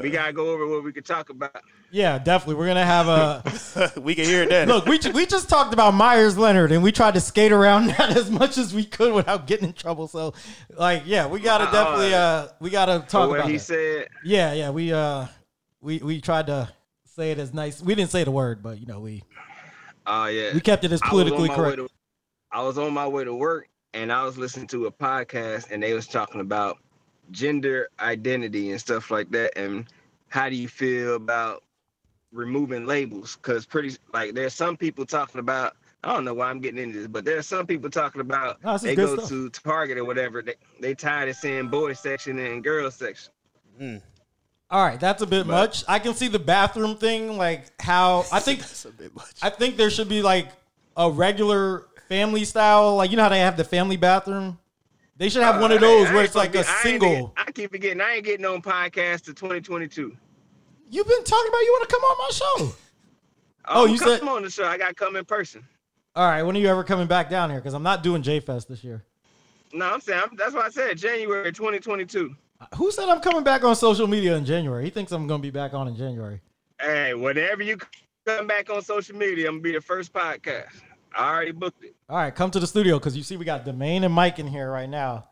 G: we gotta go over what we could talk about.
B: Yeah, definitely. We're gonna have a
E: we can hear it then.
B: look. We ju- we just talked about Myers Leonard, and we tried to skate around that as much as we could without getting in trouble. So, like, yeah, we gotta
G: Uh,
B: definitely uh we gotta talk
G: what
B: about
G: he
B: that.
G: said.
B: Yeah, yeah. We uh we we tried to say it as nice. We didn't say the word, but you know, we
G: Oh yeah.
B: we kept it as
G: I was on
B: politically
G: my way
B: correct.
G: to- I was on my way to work and I was listening to a podcast and they was talking about gender identity and stuff like that and how do you feel about removing labels cuz pretty like there's some people talking about I don't know why I'm getting into this but there's some people talking about
B: No, this is
G: they
B: good
G: go
B: stuff.
G: to Target or whatever they they tired of seeing boys section and girls section.
B: All right, that's a bit much. I can see the bathroom thing, like how I think
E: That's a bit much.
B: I think there should be like a regular family style, like you know how they have the family bathroom. They should have one of
G: Uh, I ain't-
B: those
G: I
B: where
G: ain't
B: it's like a
G: gonna get- I ain't
B: single.
G: get- I keep forgetting I ain't getting on podcast to 2022.
B: You've been talking about you want to come on my show. Oh, you
G: come
B: said-
G: on the show. I got to come in person.
B: All right, when are you ever coming back down here? Because I'm not doing J Fest this year.
G: No, I'm saying I'm, that's why I said January 2022.
B: Who said I'm coming back on social media in January? He thinks I'm going to be back on in January.
G: Hey, whenever you come back on social media, I'm gonna be the first podcast. I already booked it.
B: All right, come to the studio because you see we got Domain and Mike in here right now.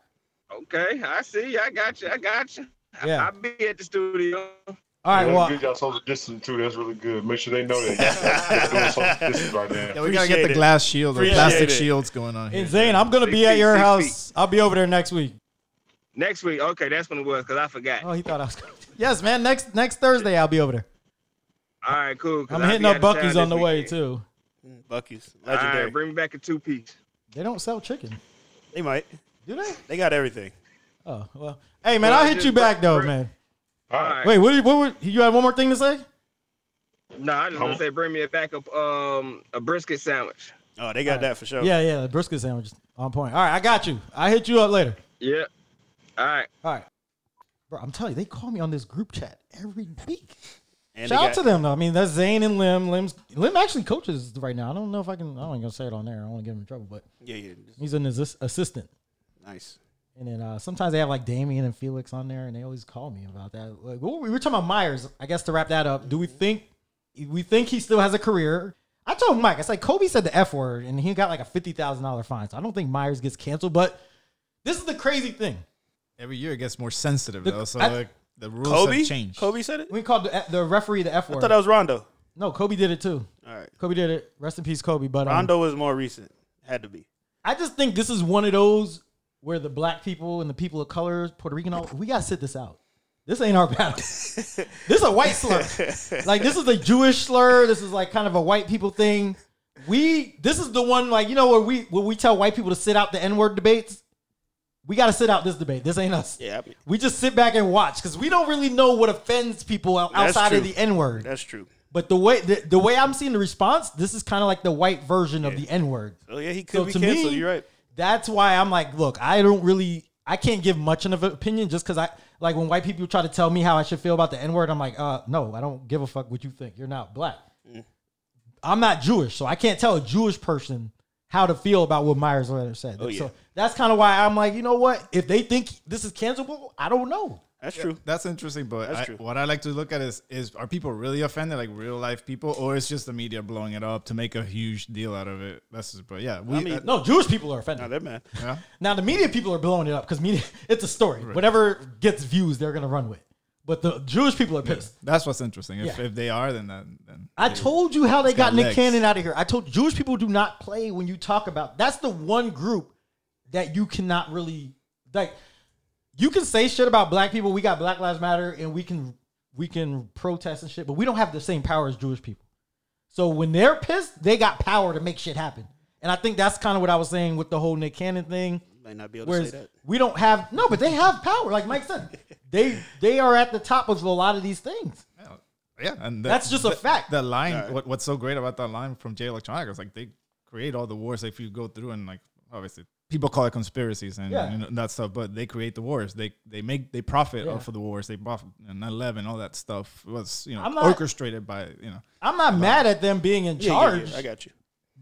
G: Okay, I see. you. I got you. I got you.
B: Yeah.
G: I'll be at the studio.
B: All right,
H: that's
B: well,
H: good. Y'all social distancing too. That's really good. Make sure they know that. They're doing social distancing right now.
D: Yeah, we gotta get
E: Appreciate
D: the
E: it.
D: glass shield or
E: Appreciate
D: plastic
E: it.
D: shields going on here.
B: and Zane, I'm gonna be
G: Six
B: at
G: feet,
B: your
G: six
B: house. I'll be over there next week.
G: Next week. Okay, that's when it was because I forgot.
B: Oh, he thought I was. Yes, man. Next next Thursday, I'll be over there.
G: All right, cool. 'cause
B: I'm
G: I'll
B: hitting
G: be out
B: up
G: of town
B: Bucky's
G: this
B: on the way
G: weekend.
B: too.
E: Bucky's
G: All right,
E: legendary.
G: bring me back a two piece.
B: They don't sell chicken,
E: they might.
B: do they?
E: They got everything.
B: Oh well. Hey man, I'll hit you back though, man.
H: All
G: All
H: right.
G: right.
B: Wait, what? do you- What? were- You had one more thing to say?
G: No, I just want to say bring me a back up um a brisket sandwich.
E: Oh, they got that for sure.
B: Yeah, yeah. The brisket sandwich is on point. All right, I got you. I hit you up later.
G: Yeah. All right.
B: All right, bro. I'm telling you, they call me on this group chat every week. Shout
E: And they
B: out
E: got-
B: to them though. I mean, that's Zane and Lim. Lim's Lim actually coaches right now. I don't know if I can. I ain't gonna say it on there. I don't want to get him in trouble, but
E: Yeah, yeah.
B: he's an assist- assistant.
E: Nice.
B: And then uh, sometimes they have like Damien and Felix on there, and they always call me about that. Like what were we we were talking about Myers, I guess to wrap that up. Do we think we think he still has a career? I told Mike, I said Kobe said the F word, and he got like a fifty thousand dollar fine. So I don't think Myers gets canceled. But this is the crazy thing.
D: Every year it gets more sensitive
B: The-
D: though, so
B: I-
D: like the rules
E: Kobe?
D: have changed.
E: Kobe said it?
B: We called the, the referee the F
E: I
B: word.
E: thought that was Rondo.
B: no, Kobe did it too.
E: All right.
B: Kobe did it. Rest in peace, Kobe. But um,
E: Rondo was more recent. Had to be.
B: I just think this is one of those where the black people and the people of color, Puerto Rican, all, we gotta sit this out. This ain't our battle. this is a white slur. Like this is a Jewish slur. This is like kind of a white people thing. We this is the one like you know where we where we tell white people to sit out the N word debates. We gotta sit out this debate. This ain't us.
E: Yeah, I mean,
B: We just sit back and watch because we don't really know what offends people out-
E: That's
B: outside of
E: true.
B: the N word.
E: that's true.
B: But the way the, the way I'm seeing the response, this is kind of like the white version of the N word.
E: Oh, yeah, he could
B: So
E: be
B: to
E: canceled.
B: me,
E: You're right.
B: That's why I'm like, look, I don't really, I can't give much of an opinion just because I like when white people try to tell me how I should feel about the N word. I'm like, uh, no, I don't give a fuck what you think. You're not black.
E: Mm.
B: I'm not Jewish, so I can't tell a Jewish person how to feel about what Myers Leonard said.
E: Oh, yeah.
B: So that's kind of why I'm like, you know what? If they think this is cancelable, I don't know.
E: That's true.
D: That's interesting, but
E: That's
D: I-
E: true.
D: what I like to look at is is are people really offended, like real life people, or is just the media blowing it up to make a huge deal out of it? That's just, but yeah, we,
E: I mean-
D: uh,
B: No, Jewish people are
E: Nah,
B: offended.
E: that man.
D: yeah.
B: Now the media people are blowing it up because media, it's a story. Whatever gets views, they're gonna run with. But the Jewish people are pissed.
D: that's what's interesting. If,
B: Yeah.
D: if they are, then then, then
B: I told you how they got,
D: got
B: Nick
D: legs.
B: Cannon out of here. I told you, Jewish people do not play when you talk about. That's the one group that you cannot really like. You can say shit about black people. We got Black Lives Matter, and we can we can protest and shit, but we don't have the same power as Jewish people. So when they're pissed, they got power to make shit happen. And I think that's kind of what I was saying with the whole Nick Cannon thing.
E: Might not be able to
B: Whereas
E: say that.
B: we don't have no, but they have power. Like Mike said, they they are at the top of a lot of these things.
D: yeah, and that-
B: That's just a
D: that-
B: fact.
D: That line, what, what's so great about that line from Jay Electronica is like they create all the wars. If you go through and like obviously people call it conspiracies and
B: Yeah.
D: you know, that stuff, but they create the wars. They they make they profit
B: Yeah.
D: off of the wars. They profit and 11, all that stuff was you know
B: I'm not-
D: orchestrated by you know.
B: I'm not mad at them being in
E: Yeah, yeah,
B: charge.
E: yeah, I got you.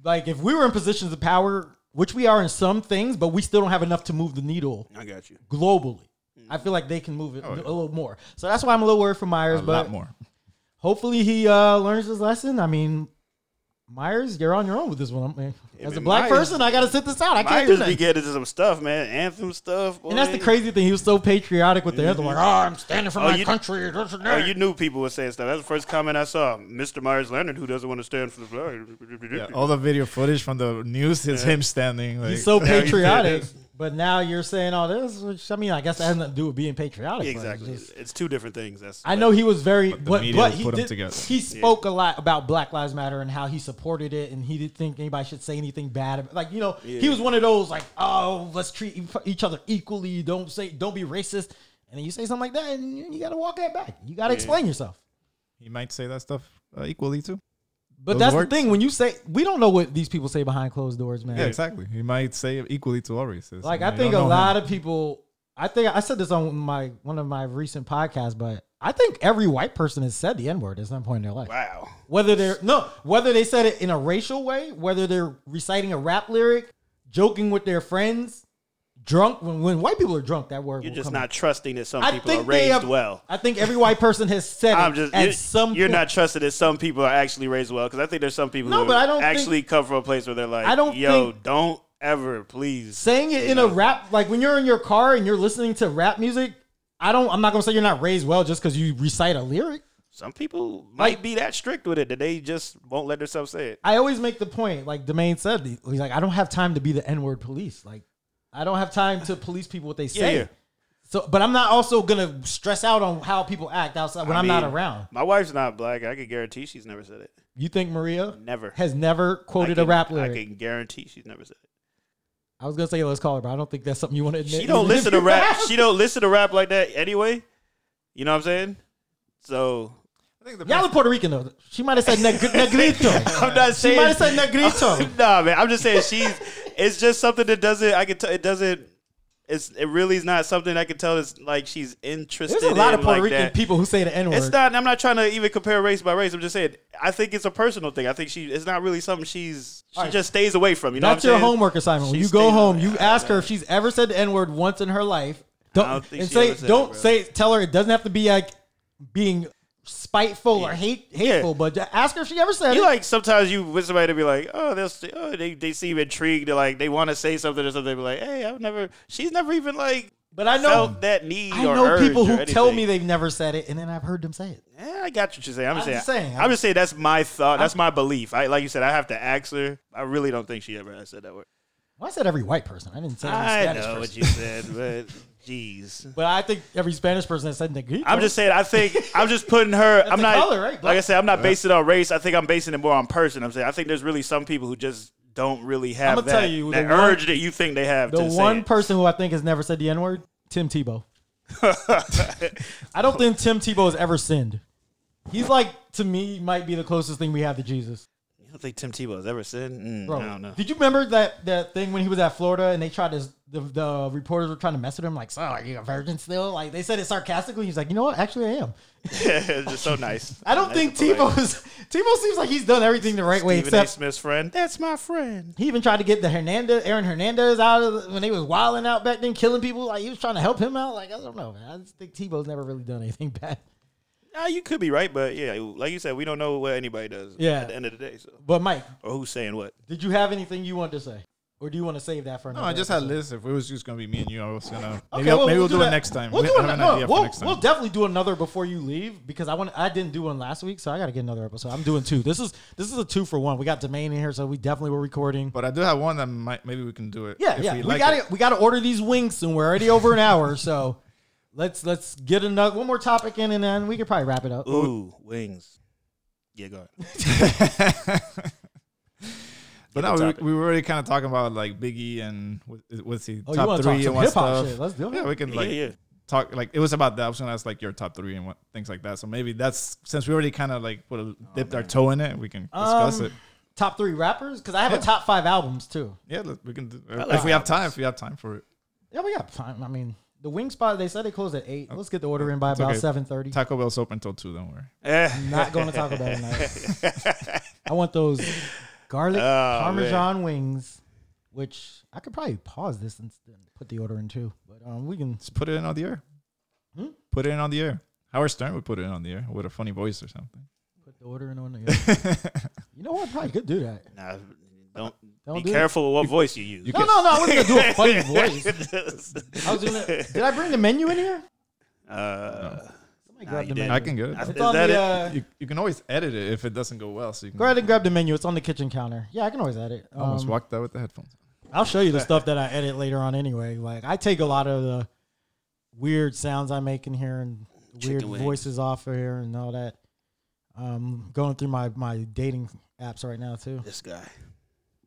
B: Like if we were in positions of power, which we are in some things, but we still don't have enough to move the needle
E: I got you.
B: globally. I feel like they can move
E: Oh,
B: it a little more. So that's why I'm a little worried for Myers,
D: A
B: but
D: lot more.
B: hopefully he uh, learns his lesson. I mean, Myers, you're on your own with this one. I mean, as a
E: man,
B: black
E: Myers-
B: person, I got to sit this out. I can't do
E: Myers be
B: that.
E: getting into some stuff, man. Anthem stuff.
B: And that's
E: boy.
B: the crazy thing. He was so patriotic with the anthem, like, oh, I'm standing for
E: Mm-hmm. Oh,
B: my
E: you-
B: country. this and
E: Oh,
B: that."
E: you knew people were saying stuff. That's the first comment I saw. Mr. Myers Leonard, who doesn't want to stand for the flag.
D: Yeah, all the video footage from the news is him standing. Like,
B: He's so
D: Yeah, he
B: patriotic.
D: did it.
B: But now you're saying all this, which I mean, I guess that has nothing to do with being patriotic.
E: Yeah,
B: but it's
E: exactly.
B: just-
E: It's, it's two different things. That's
B: I know he was very, but,
D: the
B: but,
D: media
B: he
D: put 'em
B: did,
D: together.
B: He spoke a lot about Black Lives Matter and how he supported it, and he didn't think anybody should say anything bad. About, like you know, he was one of those like, oh, let's treat e- each other equally. Don't say, don't be racist. And then you say something like that, and you, you got to walk that back. You got to explain yourself.
D: He might say that stuff uh, equally too.
B: But
D: Those
B: that's
D: words.
B: the thing when you say we don't know what these people say behind closed doors, man.
D: Yeah, exactly. He might say it equally to all races.
B: Like I think a lot of people. I think I said this on my one of my recent podcasts, but I think every white person has said the N word at some point in their life.
E: wow.
B: Whether they're no, whether they said it in a racial way, whether they're reciting a rap lyric, joking with their friends, drunk. When, when white people are drunk, that word
E: You're
B: will
E: just
B: come
E: not
B: out.
E: trusting that some
B: I
E: people are
B: think they
E: raised
B: have-
E: well.
B: I think every white person has said
E: I'm
B: it
E: just
B: at
E: you're,
B: some.
E: you're
B: point.
E: not trusted that some people are actually raised well because I think there's some people
B: No,
E: who
B: but I don't
E: actually come from a place where they're like,
B: I don't
E: yo,
B: think-
E: don't ever, please.
B: saying it in a rap like when you're in your car and you're listening to rap music. I don't. I'm not gonna say you're not raised well just because you recite a lyric.
E: some people might be that strict with it that they just won't let themselves say it.
B: I always make the point, like Demain said, he's like, I don't have time to be the N word police. Like, I don't have time to police people what they say.
E: yeah.
B: So, but I'm not also gonna stress out on how people act outside when I
E: I
B: am not
E: mean,
B: around.
E: My wife's not black. I can guarantee she's never said it.
B: You think Maria
E: Never.
B: has never quoted
E: I
B: a
E: can-
B: rap lyric?
E: I can guarantee she's never said it.
B: I was gonna say let's call her, but I don't think that's something you want to admit.
E: She
B: even
E: don't
B: if
E: listen to
B: you
E: rap.
B: have.
E: She don't listen to rap like that anyway. You know what I'm saying? So
B: Y'all in Puerto Rican though. She might have said neg- negrito.
E: I'm not
B: She
E: saying
B: might have said negrito.
E: nah, man. I'm just saying she's. It's just something that doesn't. I can. tell it doesn't. It's. It really is not something I can tell. It's like she's interested.
B: There's a lot
E: in
B: of Puerto
E: like
B: Rican
E: that.
B: people who say the N word.
E: It's not. I'm not trying to even compare race by race. I'm just saying. I think it's a personal thing. I think she. It's not really something she's. She just stays away from. You know.
B: That's
E: what I'm
B: your
E: saying?
B: homework assignment. When
E: She
B: you go
E: stays
B: home,
E: away.
B: you ask her if she's ever said the N word once in her life. Don't,
E: don't think
B: and
E: she
B: say
E: ever said it,
B: don't
E: bro.
B: say tell her it doesn't have to be like being spiteful or hate hateful, but just ask her if she ever said
E: You
B: it.
E: like sometimes you with somebody to be like, oh, they'll st- oh, they they seem intrigued. They're like they want to say something or something. They be like, hey, I've never. She's never even like
B: but I know
E: felt that need.
B: I
E: or
B: know
E: urge
B: people
E: or
B: who tell
E: anything.
B: me they've never said it, and then I've heard them say it.
E: Yeah, I got what you're saying. I'm just
B: I'm
E: saying.
B: just saying,
E: I'm,
B: I'm-
E: just saying that's my thought. That's my belief. I like you said. I have to ask her. I really don't think she ever has said that word.
B: Well, I said every white person. I didn't say every
E: I
B: Spanish
E: know
B: person.
E: what you said, but jeez.
B: but I think every Spanish person that said negrito.
E: I'm just saying. I think I'm just putting her. I'm
B: a
E: not.
B: color, right?
E: Like I
B: Black-
E: said, I'm not basing it on race. I think I'm basing it more on person. I'm saying. I think there's really some people who just don't really have
B: I'ma
E: that,
B: tell you,
E: that
B: the one-
E: urge that you think they have.
B: the
E: to say
B: one
E: it.
B: person who I think has never said the N word, Tim Tebow. I don't think Tim Tebow has ever sinned. He's like to me might be the closest thing we have to Jesus.
E: you don't think Tim Tebow has ever said? Mm,
B: Bro,
E: I don't know.
B: did you remember that that thing when he was at Florida and they tried to the the reporters were trying to mess with him, like, so are you a virgin still? Like they said it sarcastically. He's like, you know what? Actually, I am.
E: it's just so nice.
B: I don't
E: Nice
B: think
E: and polite.
B: Tebow is. Tebow seems like he's done everything the right way,
E: Stephen A.
B: except
E: Smith's friend. That's my friend.
B: he even tried to get the Hernandez, Aaron Hernandez, out of the, when they was wilding out back then, killing people. Like he was trying to help him out. Like I don't know, man. I just think Tebow's never really done anything bad.
E: Ah, you could be right, but yeah, like you said, we don't know what anybody does.
B: Yeah.
E: At the end of the day, so
B: But Mike,
E: or who's saying what?
B: did you have anything you wanted to say, or do you want to save that for?
D: No,
B: Another
D: I just had
B: episode?
D: lists. If it was just gonna be me and you, I was gonna
B: Okay,
D: uh, maybe I'll,
B: well,
D: maybe we'll, do,
B: that.
D: it next time.
B: We'll
D: We
B: do
D: have
B: an,
D: an
B: no,
D: idea for
B: we'll,
D: next time.
B: we'll definitely do another before you leave because I want I didn't do one last week, so I got to get another episode. I'm doing two. This is this is a two for one. We got Domain in here, so we definitely were recording.
D: but I do have one that might maybe we can do it.
B: yeah,
D: if
B: yeah.
D: We,
B: We,
D: like
B: got
D: it.
B: to we got to order these wings soon. We're already over an hour, so let's let's get another one more topic in, and then we could probably wrap it up.
E: Ooh, wings. Yeah, go ahead.
D: But
E: the
D: no,
E: topic.
D: we, we were already kind of talking about like Biggie and what- what's he
B: Oh, you
D: top
B: want to
D: three
B: talk
D: and
B: some
D: what
B: hip hop
D: stuff.
B: shit? Let's do it.
D: Yeah, we can like
E: yeah, yeah.
D: talk like it was about that. I was gonna ask like your top three and what things like that. So maybe that's since we already kind of like put
E: Oh,
D: a, dipped our toe in it, we can discuss
B: Um,
D: it.
B: Top three rappers because I have a top five albums too.
D: Yeah, let- we can. Do,
E: like
D: if we
E: albums.
D: have time, if we have time for it.
B: Yeah, we got time. I mean, the wing spot they said they closed at eight. Let's get the order in by
D: It's
B: about
D: Oh, okay.
B: seven thirty.
D: Taco Bell's open till two. Don't worry.
E: Eh,
B: Not going to Taco Bell tonight. I want those garlic
E: Oh,
B: parmesan wings, which I could probably pause this and s- put the order in too. But um, we can.
D: Just put it in on the air.
E: Hmm?
D: Put it in on the air. Howard Stern would put it in on the air with a funny voice or something.
B: Put the order in on the. you know what? Probably could do that.
E: nah, don't,
B: Uh, Don't
E: be
B: do
E: careful with what voice you use.
D: You
B: No, no, no. I wasn't gonna do a funny voice.
E: voice.
B: I was gonna. Did I bring the menu in here?
E: uh,
B: Somebody
E: Nah,
B: grab
E: you
B: the
E: didn't.
B: menu.
D: I can get it.
E: I-
D: though.
B: It's
E: Is
B: on
E: that
B: the,
E: it?
B: uh,
D: You, you can always edit it if it doesn't go well. So you can
B: go ahead and grab the menu. It's on the kitchen counter. Yeah, I can always edit.
D: I almost
B: Um,
D: walked out with the headphones.
B: I'll show you the stuff that I edit later on anyway. Like I take a lot of the weird sounds I make in here and weird
E: Chicken wing.
B: voices off of here and all that. Um, going through my my dating apps right now too.
E: this guy.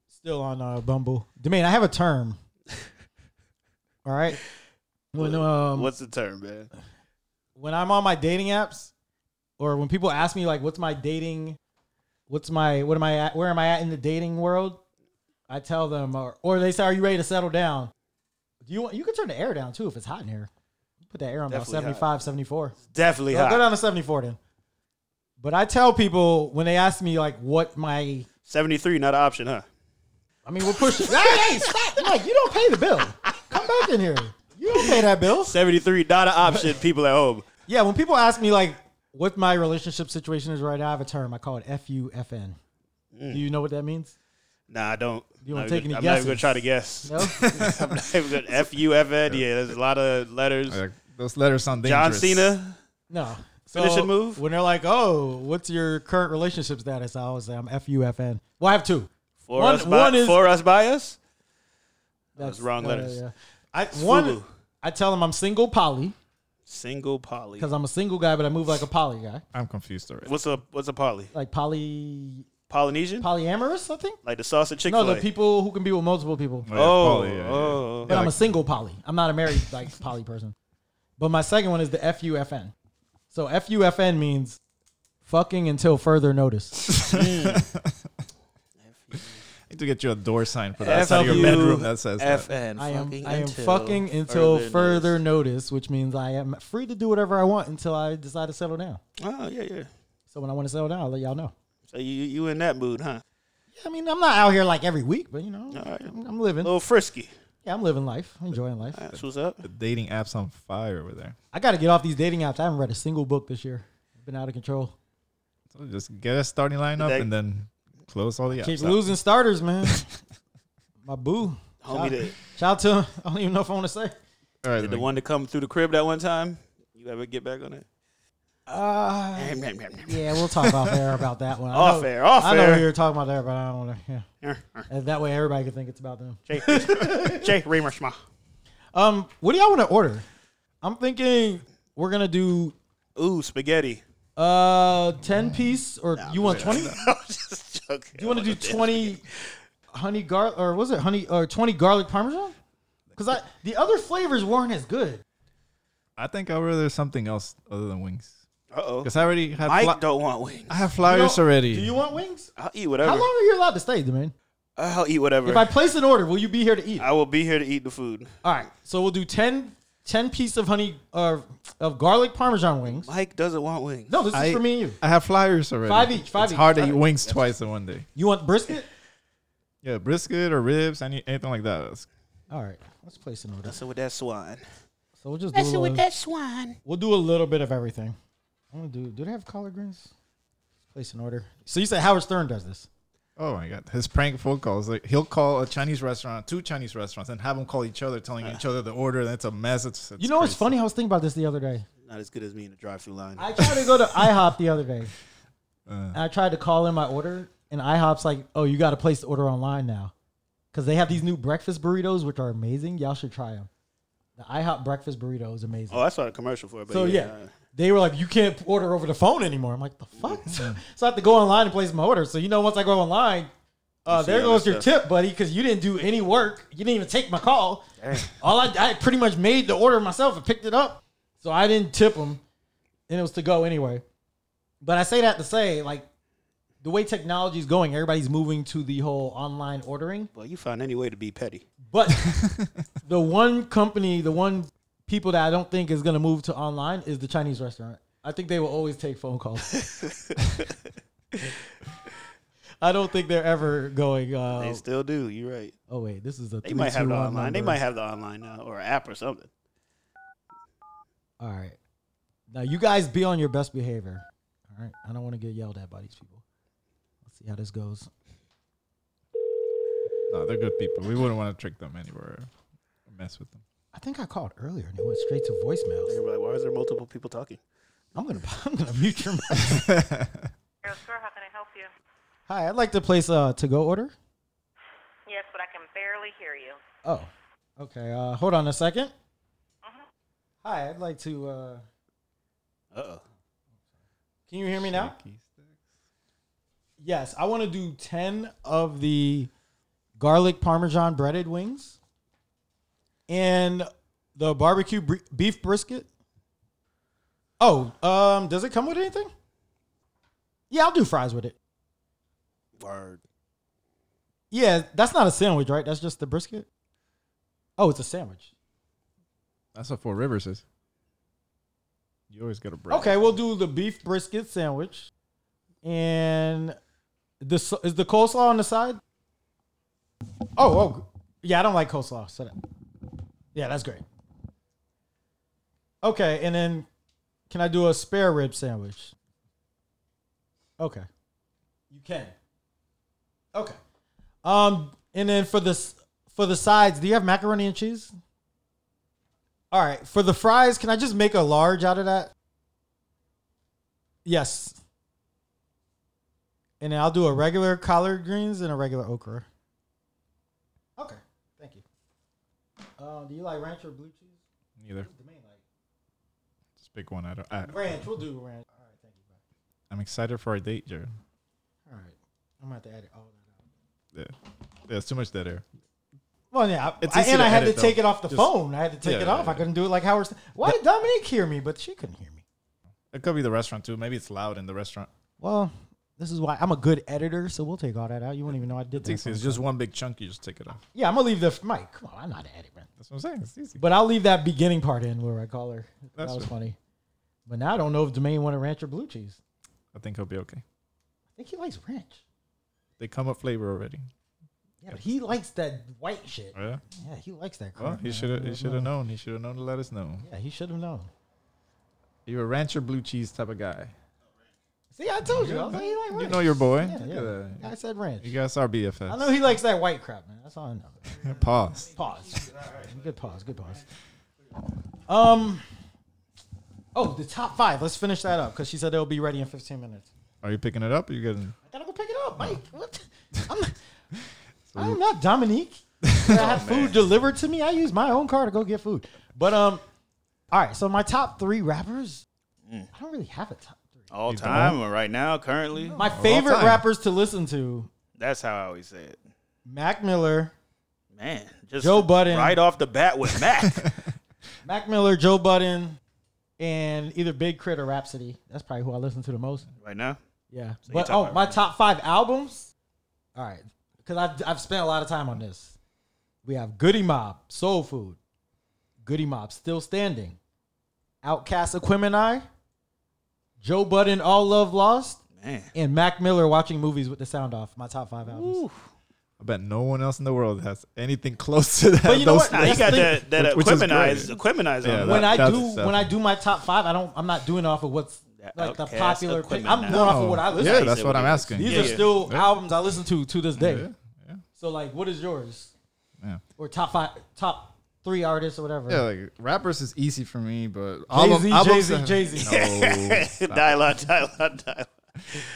B: Still on uh, Bumble. Domain, I have a term. all right. When um
E: What's the term, man?
B: when I'm on my dating apps, or when people ask me like, "What's my dating? What's my what am I at? Where am I at in the dating world?" I tell them, or or they say, "Are you ready to settle down?" Do you want? You can turn the air down too if it's hot in here. Put that air on about
E: Definitely
B: 75,
E: hot.
B: 74.
E: Definitely
B: Well, go
E: hot.
B: down to seventy four then. But I tell people when they ask me like, "What my?"
E: Seventy-three, not an option, huh?
B: I mean, we're pushing. hey, hey, stop! Like you don't pay the bill. Come back in here. You don't pay that bill.
E: Seventy-three, not an option. People at home.
B: Yeah, when people ask me like what my relationship situation is right now, I have a term. I call it FUFN.
E: Mm.
B: Do you know what that means?
E: Nah, I don't.
B: You
E: Not
B: wanna take
E: even-
B: any
E: I'm not even gonna
B: guesses?
E: try to guess.
B: No.
E: I'm not even gonna F U F N. Yeah, there's a lot of letters.
D: Like, those letters sound
E: John
D: dangerous.
E: Cena.
B: no.
E: Finish and move?
B: When they're like, "Oh, what's your current relationship status?" I always say I'm FUFN. Well, I have two.
E: For
B: One-
E: us, by,
B: one is-
E: for us by us.
B: That's
E: wrong letters.
B: yeah. I one.
E: Fubu.
B: I tell them I'm single poly
E: Single poly.
B: because I'm a single guy, but I move like a poly guy,
D: I'm confused already.
E: What's a what's a poly?
B: like poly
E: Polynesian?
B: polyamorous. I think.
E: like the sauce and Chick
B: No,
E: Fil
B: the
E: A.
B: people who can be with multiple people.
D: yeah,
E: Oh,
D: Pauly, yeah, yeah.
E: oh,
B: But I'm a
D: like-
B: single poly. I'm not a married like poly person. But my second one is the FUFN. So FUFN means fucking until further notice.
D: I need to get you a door sign for that
E: F
D: outside of
E: U
D: your bedroom that says
E: F
D: that.
E: N.
B: I am
E: Fucking
B: I am fucking until further,
E: notice.
B: notice. which means I am free to do whatever I want until I decide to settle down.
E: Oh yeah, yeah.
B: So when I want to settle down, I'll let y'all know.
E: So you you in that mood, huh?
B: Yeah, I mean, I'm not out here like every week, but you know,
E: All right.
B: I'm, I'm
E: A
B: living.
E: little frisky.
B: Yeah, I'm living life, enjoying life.
E: That's what's up.
D: The dating app's on fire over there.
B: I got to get off these dating apps. I haven't read a single book this year. I've been out of control.
D: So just get a starting lineup
E: That-
D: and then close all the apps.
B: Keep
D: out.
B: losing starters, man. My boo.
E: Homie,
B: Shout-
E: the,
B: Shout out to I don't even know if I want to say.
D: All right,
E: did the
D: Mike.
E: one that come through the crib that one time. You ever get back on it?
B: Uh, yeah, we'll talk off air about that one. I
E: Off
B: know-
E: air, off
B: I know
E: air.
B: who you're talking about there, but I don't want to. Yeah, And that way everybody can think it's about them.
E: Jay, Jay Reimer Schma.
B: Um, what do y'all want to order? I'm thinking we're gonna do
E: Ooh, spaghetti.
B: uh ten piece, or you want twenty? Do
E: I'm just joking.
B: you want to do twenty honey gar or was it honey or twenty garlic parmesan? Because I the other flavors weren't as good.
D: I think I'd rather something else other than wings.
E: Uh oh.
D: Because I already had
E: Mike
D: fly-
E: don't want wings.
D: I have
B: You
D: flyers
B: know-
D: already.
B: Do you want wings?
E: I'll eat whatever.
B: How long are you allowed to stay, Domain?
E: I'll eat whatever.
B: If I place an order, will you be here to eat?
E: I will be here to eat the food.
B: All right. So we'll do 10, 10 piece of honey uh, of garlic parmesan wings.
E: Mike doesn't want wings.
B: No, this is
D: I-
B: for me and you.
D: I have flyers already.
B: Five each, five
D: it's
B: each,
D: hard to
B: five
D: eat
B: each.
D: wings twice in one day.
B: You want brisket?
D: Yeah, brisket or ribs, any, anything like that. That's-
B: All right. Let's place an order.
E: So with that swine,
B: So we'll just do a little, We'll do a little bit of everything. I'm gonna do. Do they have collard greens? Place an order. So you said Howard Stern does this.
D: Oh my god, his prank phone calls. Like he'll call a Chinese restaurant, two Chinese restaurants, and have them call each other, telling each other the order. And it's a mess. It's, it's
B: you know what's
D: crazy.
B: funny? I was thinking about this the other day.
E: not as good as me in the drive-through line.
B: I tried to go to IHOP the other day. and I tried to call in my order, and IHOP's like, "Oh, you got to place the order online now, because they have these new breakfast burritos, which are amazing. Y'all should try them. The IHOP breakfast burrito is amazing.
E: oh, I saw a commercial for it. But
B: so yeah,
E: uh,
B: they were like, "You can't order over the phone anymore." I'm like, "The fuck!" so I have to go online and place my order. So you know, once I go online. Uh,
E: see
B: there
E: all
B: goes
E: that
B: your
E: stuff.
B: tip, buddy, because you didn't do any work. You didn't even take my call. All I, I pretty much made the order myself and picked it up. So I didn't tip them, and it was to go anyway. But I say that to say, like, the way technology is going, everybody's moving to the whole online ordering.
E: well, you found any way to be petty.
B: But the one company, the one people that I don't think is going to move to online is the Chinese restaurant. I think they will always take phone calls. I don't think they're ever going.
E: They
B: Uh,
E: still do. You're right.
B: oh wait, this is the.
E: They might have the online. They might have the online now or app or something.
B: All right. Now you guys be on your best behavior. All right. I don't want to get yelled at by these people. Let's see how this goes.
D: No, they're good people. We wouldn't want to trick them anywhere, or mess with them.
B: I think I called earlier and it went straight to voicemail.
E: They were like, why is there multiple people talking?
B: I'm gonna I'm gonna mute your mic.
I: Girl Store, how can I help you?
B: Hi, I'd like to place a to go order.
I: Yes, but I can barely hear you.
B: Oh. Okay. Uh, hold on a 2nd Hi, I'd like to. Uh,
E: Uh oh.
B: can you hear me now? Yes, I want to do ten of the garlic parmesan breaded wings and the barbecue br- beef brisket. Oh, um, does it come with anything? Yeah, I'll do fries with it.
E: Word.
B: Yeah, that's not a sandwich, right? That's just the brisket. Oh, it's a sandwich.
D: That's what Four Rivers is. You always get a break.
B: Okay, we'll do the beef brisket sandwich, and the s- is the coleslaw on the side. Oh, oh, yeah, I don't like coleslaw. So that, yeah, that's great. Okay, and then can I do a spare rib sandwich? Okay, you can. Okay, um, and then for this for the sides, do you have macaroni and cheese? All right, for the fries, can I just make a large out of that? Yes. And then I'll do a regular collard greens and a regular okra. Okay, thank you. Uh, do you like ranch or blue cheese?
D: Neither.
B: The main like
D: Just pick one. I don't. I,
B: ranch. We'll do ranch. All right, thank you. Bro.
D: I'm excited for our date, Jared.
B: All right, I'm gonna have to edit all that
D: Yeah. Yeah, it's too much dead air.
B: out. Well, yeah, I-
D: It's
B: I,
D: easy
B: and
D: to
B: I had
D: edit,
B: to take
D: though.
B: it off the
D: Just-
B: phone. I had to take
D: Yeah,
B: it
D: yeah,
B: off. I
D: yeah.
B: couldn't do it like Howard. Stern- Why did Dominique hear me? But she couldn't hear me.
D: It could be the restaurant too. Maybe it's loud in the restaurant.
B: Well, this is why I'm a good editor. So we'll take all that out. You won't even know I did
D: It's, easy.
B: that.
D: it's just one big chunk. You just take it off.
B: Yeah, I'm gonna leave the mic. Come on, I'm not an editor.
D: That's what I'm saying. It's easy.
B: But I'll leave that beginning part in where I call her.
D: That's
B: that was
D: fair.
B: funny. But now I don't know if Domain wanted ranch or blue cheese.
D: I think he'll be okay.
B: I think he likes ranch.
D: They come up flavor already.
B: Yeah, but he likes that white shit.
D: Oh, Yeah.
B: Yeah, he likes that crap.
D: Well, he
B: man.
D: should have. He
B: Yeah,
D: should have known. He should have known to let us know.
B: Yeah, he should have known.
D: You're a rancher blue cheese type of guy.
B: See, I told you. I was like, he like ranch.
D: You know your boy.
B: Yeah,
D: Look
B: yeah.
D: at that.
B: I said ranch.
D: You guys are BFFs.
B: I know he likes that white crap, man. That's all I know.
D: Pause.
B: Pause. Good pause. Good pause. Um. Oh, the top five. Let's finish that up because she said they'll be ready in 15 minutes.
D: Are you picking it up? Or you getting?
B: I gotta go pick it up, Mike. What? I'm not, I'm not Dominique. I have food delivered to me. I use my own car to go get food. But um, all right. So my top three rappers. I don't really have a top three.
E: All
D: He's the
E: time or right now, currently.
B: My favorite
D: time.
B: rappers to listen to:
E: That's how I always say it.
B: Mac Miller,
E: Man, just
B: Joe Budden.
E: right off the bat with Mac.
B: Mac Miller, Joe Budden, and either Big Crit or Rhapsody. That's probably who I listen to the most.
E: right now,
B: Yeah.
E: you're
B: but
E: top
B: oh,
E: five
B: my top five albums. All right. because I've, I've spent a lot of time on this. We have Goody Mob, Soul Food, Goody Mob still standing, Outcast Aquemini, Joe Budden, All Love Lost,
E: Man.
B: and Mac Miller watching movies with the sound off. My top five albums.
D: I bet no one else in the world has anything close to that.
B: But you know
D: those
B: what?
E: Nah, you
B: That's
E: got
B: the-
E: that that
D: which- which is
E: equipmenize
D: great.
E: equipmenize
D: Yeah,
E: on
B: when
E: that.
D: that-
B: I do
D: that's-
B: when I do my top five, I don't. I'm not doing off of what's like the
E: Outkast,
B: popular. Pick. I'm
E: Aquemini.
B: going off of what I listen.
D: Yeah,
B: to.
D: that's what I'm asking.
B: These
E: Yeah,
B: are
E: yeah.
B: still albums I listen to to this day.
D: Yeah,
B: So like, what is yours?
D: Yeah.
B: Or top five, top three artists or whatever.
D: Yeah, like rappers is easy for me, but
B: Jay-Z,
D: albums-
B: Jay-Z, Jay-Z.
D: No,
E: dialogue, dialogue, dialogue.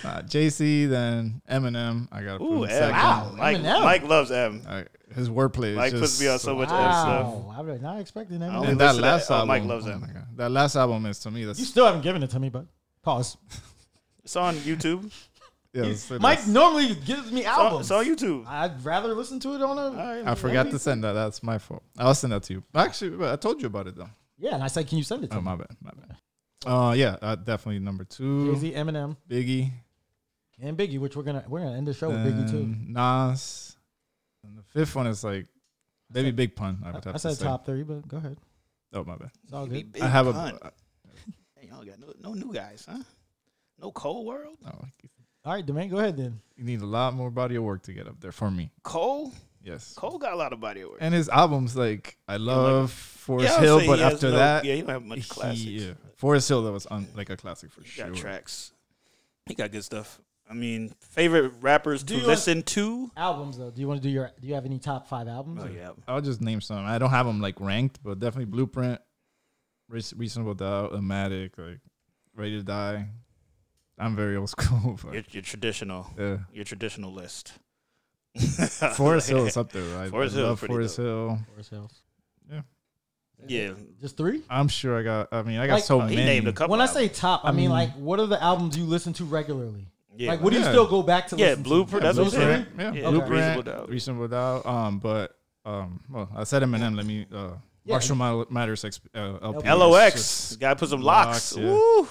D: uh, Jay Z, then Eminem. I got
E: Ooh, M.
D: second.
E: Wow. Mike,
B: Eminem.
E: Mike loves M.
D: Uh, his wordplay.
E: Mike
D: is
E: puts
D: just,
E: me on so much M stuff.
B: wow, I was not expecting
E: I
B: that.
E: don't-
D: And that
E: listen to that.
D: last
E: Oh,
D: album,
E: Mike loves him.
D: my God. That last album is to me. That's
B: You still haven't given it to me, but pause.
E: It's on YouTube.
D: yeah, it's-
B: Mike
D: that's-
B: normally gives me
E: It's on,
B: albums.
E: it's on YouTube.
B: I'd rather listen to it on a.
D: I forgot to send that. That's my fault. I'll send that to you. Actually, but I told you about it though.
B: Yeah, and I said, can you send it to
D: Oh
B: me?
D: my bad. My bad. Uh, yeah, uh, definitely number two.
B: Jay Z, Eminem,
D: Biggie.
B: and Biggie, which we're gonna we're gonna end the show with Biggie too.
D: then Nas. And the fifth one is like maybe Big Pun. I would have
B: I
D: to
B: said
D: say.
B: top three, but go ahead.
D: Oh my bad.
B: It's all good.
D: I have
E: Pun.
D: a. uh,
E: Hey, y'all got no, no new guys, huh? No Cole World?
D: Oh,
B: All right, Domain, go ahead then.
D: you need a lot more body of work to get up there for me.
E: Cole?
D: Yes.
E: Cole got a lot of body of work.
D: And his albums, like I love Forest
E: Yeah, I would
D: Hill,
E: say
D: but
E: he has
D: after
E: no-
D: that,
E: yeah, he don't have much
D: he-
E: classics.
D: yeah. Forest Hill that was on like a classic for
E: He got
D: sure.
E: tracks. He got good stuff. I mean, favorite rappers
B: Do
E: to
B: you like-
E: listen to?
B: Albums though, do you want to do your? Do you have any top five albums?
E: Oh, yeah.
D: I'll just name some. I don't have them like ranked, but definitely Blueprint, Re- Reasonable Doubt, Amatic, like Ready to Die. I'm very old school.
E: Your,
D: But,
E: your traditional.
D: yeah.
E: Your traditional list.
D: Forest Hill is up there. I,
E: Forest
D: Forest
E: Hill is
D: love
E: pretty
D: Forest
E: dope.
D: Hill.
B: Forest Hills.
E: Yeah.
B: Just three.
D: I'm sure I got. I mean, I got
B: Like,
D: so
E: He
D: many.
E: named a couple.
B: When I
E: albums.
B: say top, I mean
D: mean-
B: like what are the albums you listen to regularly?
E: yeah,
B: like what do you
D: Mm-hmm. yeah.
B: still go back to?
E: Yeah,
B: listen to?
E: Blueprint, that's what I'm
D: Blueprint,
E: saying.
D: yeah,
E: Yeah, okay.
D: Blueprint,
E: Reasonable
D: reasonable
E: Doubt.
D: doubt. Um, but um, well, I said Eminem. Let me uh,
B: Yeah,
D: Marshall Mal- Matters exp- uh, LP. is
E: LOX.
D: just-
E: Gotta put some locks.
D: locks, yeah.
E: Woo!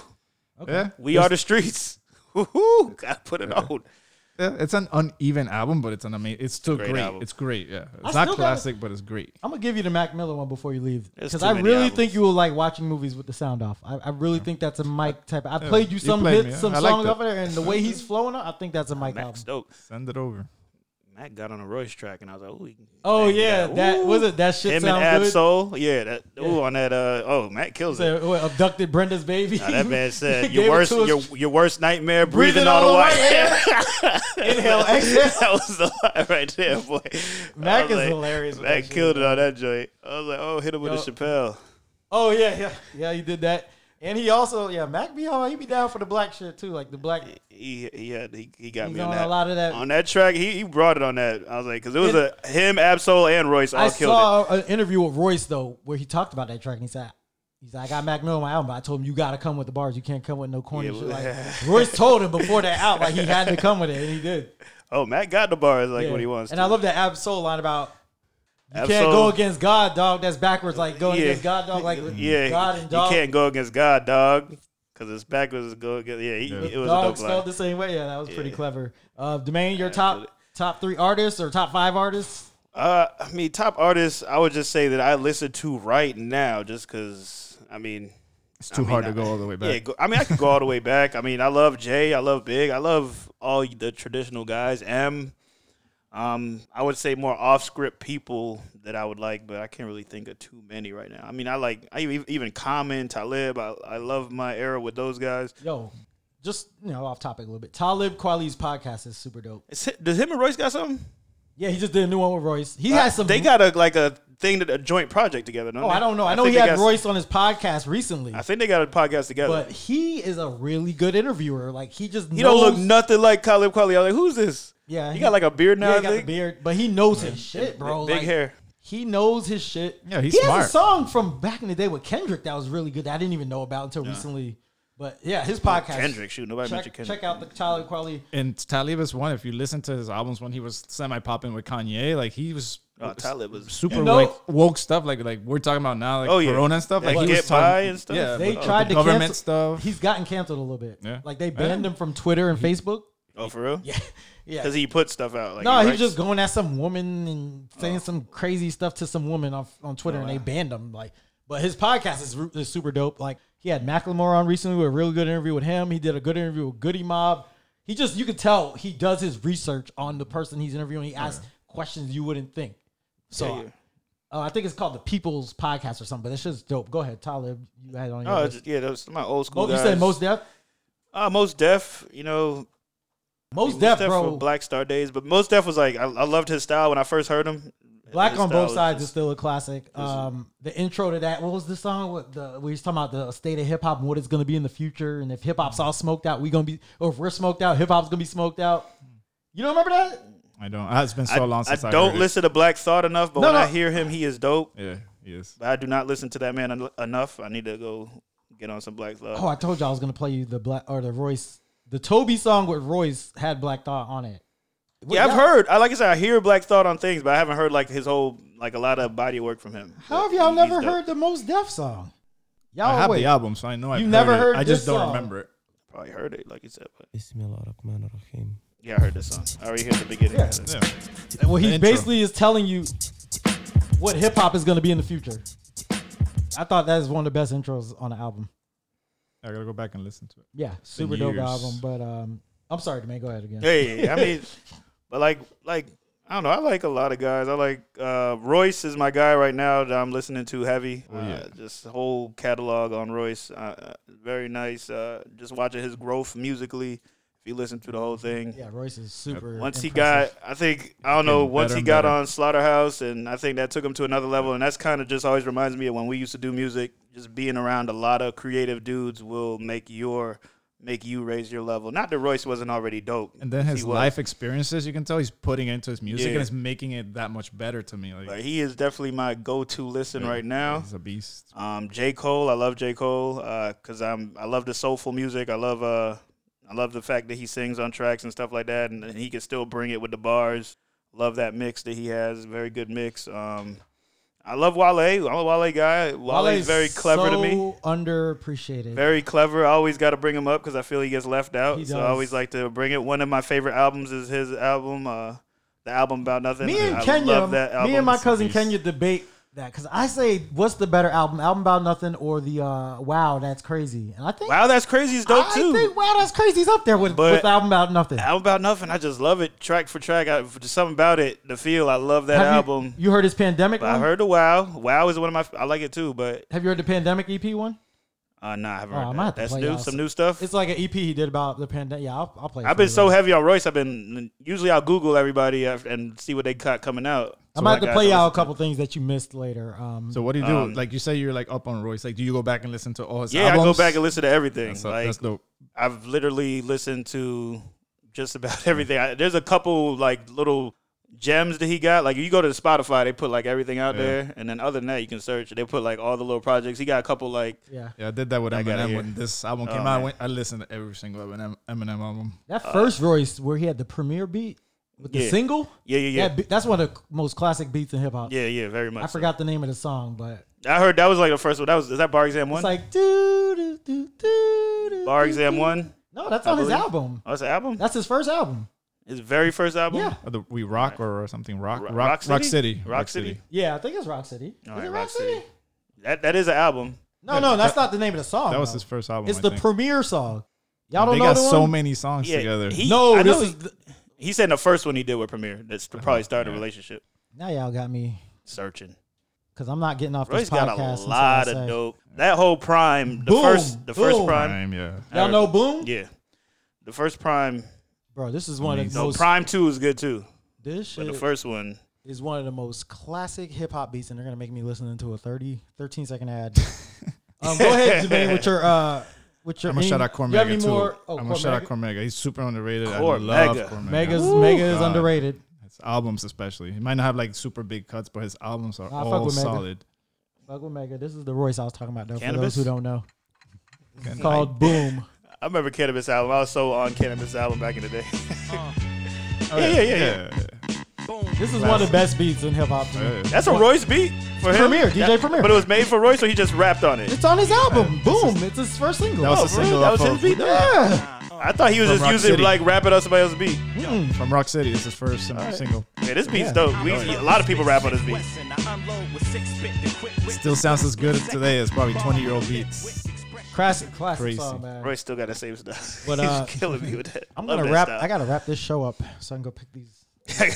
D: Yeah,
E: We are the streets. Woo! Gotta put it on.
D: yeah, it's an uneven album, but it's an amazing. It's still
E: Great
D: great.
E: album.
D: It's great. Yeah,
B: I
D: it's not
B: still gotta-
D: classic, but it's great.
B: I'm gonna give you the Mac Miller one before you leave
E: There's
B: because
E: too
B: I
E: many
B: really
E: albums.
B: think you will like watching movies with the sound off. I, I really think that's a Mike type. I played you
D: you
B: some
D: played
B: hits,
D: me.
B: some
D: I liked
B: songs
D: it.
B: over there, and the way he's flowing, I think that's a Mike
E: Mac's
B: album.
E: dope.
D: Send it over.
E: Mac got on a Royce track, and I was like, "Ooh."
B: Oh
E: dang, he
B: yeah,
E: got-
B: that
E: ooh.
B: was it. That shit
E: Him and Ab
B: sounds good.
E: Soul, yeah. That ooh on that. Uh, oh, Matt kills it.
B: Said, what, abducted Brenda's baby.
E: Now, that man said
B: Gave
E: your
B: it
E: worst,
B: to us.
E: your your worst nightmare, breathing,
B: Breathing
E: all the
B: all
E: white
B: the
E: air.
B: Inhale, exhale.
E: that was the line right there, boy.
B: Mac
E: I was
B: is hilarious with that
E: Mac
B: shit,
E: killed it on that joint. I was like, oh, hit him with a
B: Yo.
E: Chappelle.
B: Oh yeah, yeah, yeah. He did that, and he also yeah, Mac be all he be down for the black shit too, like the black.
E: He he had he, he got
B: He's
E: me on,
B: on a
E: that.
B: lot of that-
E: on that track. He he brought it on that. I was like, because it was
B: It-
E: a him, Absol, and Royce all
B: I
E: killed it.
B: saw an interview with Royce though, where he talked about that track, and he said, "He's like, I got Mac Miller on my album, but I told him you got to come with the bars. You can't come with no corny
E: Yeah,
B: shit."
E: well-
B: Like Royce told him before that out, like he had to come with it, and he did.
E: Oh, Matt got the bars like
B: Yeah.
E: what he wants.
B: And
E: to.
B: I love that Absol line about. You
E: Absol-
B: can't go against God, dog. That's backwards. Like going
E: Yeah.
B: against God, dog. Like
E: yeah,
B: God and dog.
E: you can't go against God, dog, because it's backwards. It's Go against yeah, he, it was
B: dog
E: a dope
B: spelled
E: line.
B: the same way. Yeah, that was pretty
E: Yeah.
B: clever. Uh, Domain, your
E: I feel
B: top top three artists or top five artists?
E: Uh, I mean, top artists, I would just say that I listen to right now, just because. I mean,
D: It's too
E: mean,
D: hard
E: I-
D: to go all the way back.
E: yeah, go, I mean, I could go all the way back. I mean, I love Jay, I love Big, I love all the traditional guys. M, um, I would say more off script people that I would like, but I can't really think of too many right now. I mean, I like I even even Common, Talib. I I love my era with those guys.
B: Yo, just you know, off topic a little bit. Talib Kweli's podcast is super dope.
E: Is it- does him and Royce got something?
B: Yeah, he just did a new one with Royce. He has some.
E: Uh, They got a like a thing that a joint project together.
B: Oh, I don't know. I, know
E: think
B: he
E: they
B: had
E: got-
B: Royce on his podcast recently,
E: I think they got a podcast together.
B: but he is a really good interviewer. Like he just
E: he
B: knows,
E: don't look nothing like Caleb Kweli. I was like, who's this?
B: Yeah,
E: he, got like a beard now.
B: Yeah,
E: I
B: he got the
E: think.
B: beard, but he knows his shit, bro.
E: Big
B: Like,
E: hair.
B: He knows his shit.
D: Yeah, he's
B: he
D: smart.
B: has a song from back in the day with Kendrick that was really good. That I didn't even know about until recently. But yeah, his podcast.
E: Kendrick, shoot, nobody
B: check,
E: mentioned Kendrick.
B: check out the Tyler Quali.
D: And Talib is one. If you listen to his albums when he was semi popping with Kanye, like he was
E: Oh, Talib was
D: super
B: You know-
D: like woke stuff, like like we're talking about now, like
E: Oh, yeah.
D: Corona and stuff.
E: Like,
D: Like he
E: get
D: was talking-
E: by and stuff?
D: Yeah,
B: They
D: but
B: tried
D: the
B: to
D: government
B: cancel
D: stuff.
B: He's gotten canceled a little bit.
D: Yeah.
B: Like they banned him from Twitter and Facebook.
E: Oh, for real?
B: Yeah, yeah.
E: Because he put stuff out. Like, Oh.
B: no, he
E: writes-
B: was just going at some woman and saying some crazy stuff to some woman on, on Twitter, and they banned him. Like, but his podcast is, ru- is super dope. Like, he had Macklemore on recently with a really good interview with him. He did a good interview with Goody Mob. He just you could tell he does his research on the person he's interviewing. He asks questions you wouldn't think. So,
E: Yeah, yeah.
B: uh, I think it's called the People's Podcast or something. But it's just dope. Go ahead, Tyler. You had it on your
E: Oh,
B: list.
E: just, yeah, that was my old school.
B: Mo- you
E: guys.
B: said most deaf.
E: Uh, most deaf. You know,
B: Most
E: Mos
B: deaf,
E: Def
B: bro.
E: from Black Star Days, but most Def was like I, I loved his style when I first heard him.
B: Black
E: His
B: on
E: style
B: both
E: was
B: sides is
E: just-
B: still a classic. Um, the intro to that, what was the song? What the we was talking about the state of hip hop and what it's gonna be in the future, and if hip hop's all smoked out, we gonna be, or if we're smoked out, hip hop's gonna be smoked out. You don't remember that?
D: I don't. It's been
E: I,
D: so long since I,
E: I don't
D: heard it.
E: listen to Black Thought enough, but
B: No,
E: when I
B: no.
E: hear him, he is dope.
D: Yeah, yes.
E: But I do not listen to that man en- enough. I need to go get on some Black Thought.
B: Oh, I told you I was gonna play you the black or the Royce, the Toby song with Royce had Black Thought on it.
E: yeah, I've
B: Y'all-
E: heard. I like I said, I hear Black Thought on things, but I haven't heard like his whole like a lot of body work from him.
B: How have
E: But
B: y'all
E: he-
B: never
E: he's dope.
B: heard the Most Deaf song? Y'all
D: I have
B: wait.
D: the album, so I know I've
B: You never
D: heard
B: heard
D: it. I
B: this
D: just don't
B: song?
D: remember it.
E: Probably heard it, like you said. But
J: Bismillahirrahmanirrahim.
E: yeah, I heard this song. I already heard the beginning.
B: Yeah.
E: of it.
D: Yeah.
B: Well, he
D: The intro.
B: basically is telling you what hip hop is gonna be in the future. I thought that is one of the best intros on the album.
D: I gotta go back and listen to it.
B: Yeah, super dope
D: years.
B: album. But um, I'm sorry, man. Go ahead again.
E: Yeah, yeah, yeah. I mean, but like, like I don't know. I like a lot of guys. I like uh, Royce is my guy right now that I'm listening to heavy. uh, just the whole catalog on Royce. Uh, uh, very nice. Uh, just watching his growth musically. If you listen to the whole thing.
B: Yeah, Royce is super.
E: Once he got,
B: impressive.
E: I think I don't know.
D: Getting
E: Once
D: better
E: he
D: and
E: got
D: better.
E: on Slaughterhouse, and I think that took him to another level. And that's kind of just always reminds me of when we used to do music. Just being around a lot of creative dudes will make your make you raise your level. Not that Royce wasn't already dope,
D: And then
E: 'cause
D: his
E: he was.
D: life experiences, you can tell he's putting into his music
E: Yeah.
D: and it's making it that much better to me. Like,
E: But he is definitely my go-to listen right now.
D: he's a beast.
E: Um, J. Cole, I love J. Cole because I'm I love the soulful music. I love uh I love the fact that he sings on tracks and stuff like that, and, he can still bring it with the bars. Love that mix that he has. Very good mix. Um, I love Wale. I'm a Wale guy. Wale is very clever to me.
B: so Underappreciated.
E: Very clever. I always got to bring him up because I feel he gets left out.
B: He
E: So I
B: does.
E: always like to bring it. One of my favorite albums is his album, uh, the album about nothing.
B: me and
E: I
B: Kenya,
E: love that album.
B: me and my
E: It's a
B: cousin
E: beast.
B: Kenya debate that because I say, what's the better album, album about nothing or the uh, Wow, that's crazy? And I think
E: Wow, that's crazy. Is dope
B: I
E: too.
B: think Wow, that's crazy is up there with,
E: But-
B: with album about nothing.
E: album about nothing. I just love it track for track. I, just something about it, the feel. I love that
B: Have you-
E: album.
B: You, heard his pandemic?
E: But I
B: one?
E: heard the Wow. Wow is one of my. f- I like it too, but
B: Have you heard the pandemic EP one?
E: uh, nah, I haven't
B: Oh, I
E: heard
B: might have
E: that.
B: to
E: That's
B: play
E: new.
B: y'all
E: Some
B: some-
E: new stuff.
B: It's like an EP he did about the pandemic. Yeah, I'll, I'll play. it
E: I've
B: for you
E: been so
B: later.
E: heavy on Royce. I've been usually I'll Google everybody af- and see what they got coming out.
B: I
E: So
B: might have to
E: got
B: play
E: listen
B: y'all a
E: to.
B: couple things that you missed later. Um,
D: So what do you do?
E: Um,
D: like you say, you're like up on Royce. Like, do you go back and listen to all his?
E: Yeah, I go
D: albums?
E: back and listen to everything.
D: That's,
E: like
D: that's dope.
E: I've literally listened to just about everything. I, there's a couple like little gems that he got. Like you go to Spotify, they put like everything out
D: Yeah.
E: there, and then other than that, you can search. They put like all the little projects. He got a couple like
B: yeah,
D: Yeah, I did that with
E: I gotta
D: Eminem
E: hear.
D: when this album
E: Oh,
D: came out. I,
E: man.
D: went, I listened to every single Eminem, Eminem album.
B: that first Royce where he had the premiere beat with the
E: Uh, yeah.
B: single.
E: yeah, yeah, yeah,
B: That be- that's one of the most classic beats in hip hop.
E: yeah, yeah, very much.
B: I
E: so.
B: forgot the name of the song, but
E: I heard that was like the first one. That was is that Bar Exam one?
B: it's like do do do do do.
E: Bar
B: do,
E: Exam
B: do.
E: one.
B: No, that's
E: I
B: on his
E: believe.
B: album.
E: Oh, it's an album.
B: That's his first album.
E: his very first album.
B: Yeah,
D: Or the, we rock or something. Rock,
E: Ro-
D: rock,
E: Rock
D: rock,
E: City?
D: City.
E: Rock City?
B: yeah. I think it's Rock City. Is
E: All right,
B: it
E: Rock City. That that is an album.
B: No,
D: Yeah,
B: no, that's
D: that-
B: not the name of the
E: Oh,
B: song.
D: That was
B: though.
D: his first album.
B: It's
D: I
B: the
D: think.
B: premiere song. Y'all don't
D: they
B: know
D: got
B: the
D: so
B: one?
D: many songs
E: Yeah,
D: together.
E: He,
B: No,
E: I know
B: this is
E: his- he said the first one he did with Premiere. That's to probably started a relationship.
B: Now y'all got me
E: Searching.
B: because I'm not getting off this
E: Royce
B: podcast.
E: got a
B: until I
E: lot
B: say-
E: of dope. That whole prime, the
B: Boom,
E: first, the first
B: boom.
E: prime,
D: Time, yeah.
B: Y'all know Boom?
E: yeah, the first prime.
B: Bro, this is one of the
E: No,
B: most.
E: prime two is good too,
B: This
E: but
B: shit
E: the first one,
B: is one of the most classic hip hop beats, and they're gonna make me listen to a 30, 13 second ad. um, go ahead, Jermaine, with your uh, with your.
D: I'm gonna shout
B: any-
D: out
B: you have
D: Cormega
B: any
D: too.
B: more? Oh,
D: I'm gonna shout out
B: Cormega?
D: Cormega. He's super underrated. I
E: Cormega.
D: love Cormega.
B: Mega's Mega is
D: God.
B: underrated.
D: His albums, especially. He might not have like super big cuts, but his albums are
B: Nah, I fuck
D: all
B: with Mega.
D: solid.
B: Fuck with Mega. This is the Royce I was talking about. Though, for
E: Cannabis?
B: those who don't know, it's called Boom.
E: I remember Cannabis album. I was so on Cannabis album back in the day.
B: Oh,
E: yeah, yeah, yeah, yeah.
B: This is one of the best beats in hip hop. to me.
E: That's a Royce beat for him.
B: Premiere, DJ
E: That-
B: Premiere.
E: But it was made for Royce, so he just rapped on it.
B: It's on his album. Boom! It's his first single.
D: That was
E: Oh,
D: a
E: for real?
D: single
E: That
D: off
E: was
D: of-
E: his beat.
B: yeah.
E: I thought he was
D: From
E: just
D: Rock
E: using
D: City.
E: like rapping on somebody else's beat.
D: From Rock City, it's his first um, single.
E: Yeah, this beat's dope. We, a lot of people rap on this beat.
D: Still sounds as good today as probably 20 year old beats.
B: Classic, classic
D: Crazy.
B: song, man.
E: Roy still got the same stuff.
B: But,
E: He's
B: uh,
E: killing me with that.
B: I'm
E: Love
B: gonna
E: that
B: wrap.
E: style.
B: I gotta wrap this show up so I can go pick these.
E: I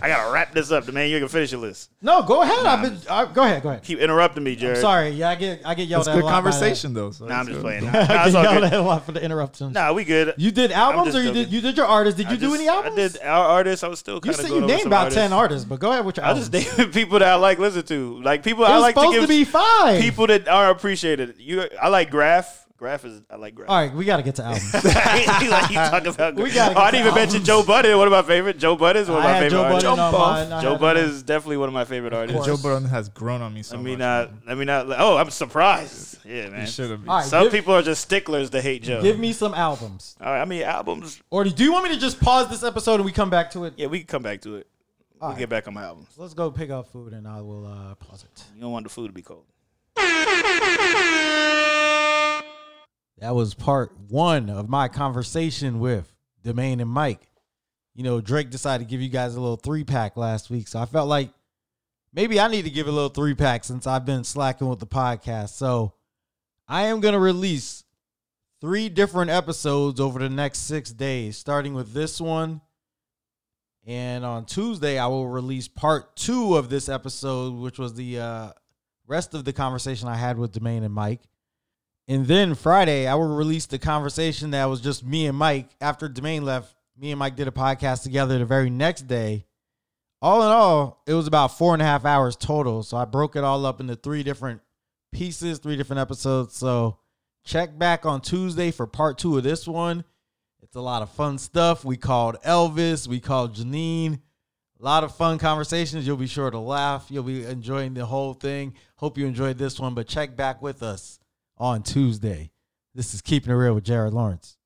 E: gotta wrap this up, man. You can finish your list.
B: No, go ahead. I've been. I, go ahead. Go ahead.
E: Keep interrupting me, Jared.
B: Sorry. Yeah, I get. I get yelled
D: It's
B: at.
D: good
B: a lot by that.
D: conversation though. So
E: Nah, I'm
D: it's
E: just
D: good.
E: playing. Nah,
B: I
E: nah,
B: get
E: it's all
B: yelled at
E: good.
B: a lot for the interruptions.
E: nah we good.
B: You did albums,
E: just
B: or you
E: joking.
B: did you did your artists? Did
E: I
B: you do
E: just-
B: any albums?
E: I did our artists. I was still
B: You
E: kind of
B: said
E: going
B: you
E: over
B: named
E: some
B: about
E: artists.
B: ten artists, but go ahead with your
E: I
B: albums.
E: just named people that I like listen to, like people
B: it
E: I
B: was
E: like to
B: supposed
E: give
B: to be five.
E: people that are appreciated. You, I like Graph. Graph is I like Graph.
B: All right, we gotta get to albums.
E: like you talk about.
B: We gotta
E: oh, I
B: get
E: didn't even
B: to
E: mention Joe Budden, one of my favorite. Joe Budden is one of
B: I
E: my
B: had
E: favorite
B: Joe
E: artists.
B: Budden on mine. I
E: Joe
B: had
E: Budden
B: him on-
E: is definitely one of my favorite artists.
D: Joe Budden has grown on me so
E: Let me
D: much.
E: not. Let me not. Oh, I'm surprised. Yeah,
D: He
E: man.
D: should have been.
B: All right,
E: Some
B: give,
E: people are just sticklers to hate Joe.
B: give me some albums.
E: All right, I mean albums.
B: Or do you want me to just pause this episode and we come back to it?
E: Yeah, we can come back to it. We'll get back on my albums.
B: Let's go pick up food and I will uh, pause it.
E: You don't want the food to be cold.
B: That was part one of my conversation with Domain and Mike. You know, Drake decided to give you guys a little three pack last week. So I felt like maybe I need to give a little three pack since I've been slacking with the podcast. So I am going to release three different episodes over the next six days, starting with this one. And on Tuesday, I will release part two of this episode, which was the uh, rest of the conversation I had with Domain and Mike. And then Friday, I will release the conversation that was just me and Mike after Domain left. Me and Mike did a podcast together the very next day. All in all, it was about four and a half hours total. So I broke it all up into three different pieces, three different episodes. So check back on Tuesday for part two of this one. It's a lot of fun stuff. We called Elvis, we called Janine. A lot of fun conversations. You'll be sure to laugh. You'll be enjoying the whole thing. Hope you enjoyed this one, but check back with us on Tuesday. This is Keeping It Real with Jared Lawrence.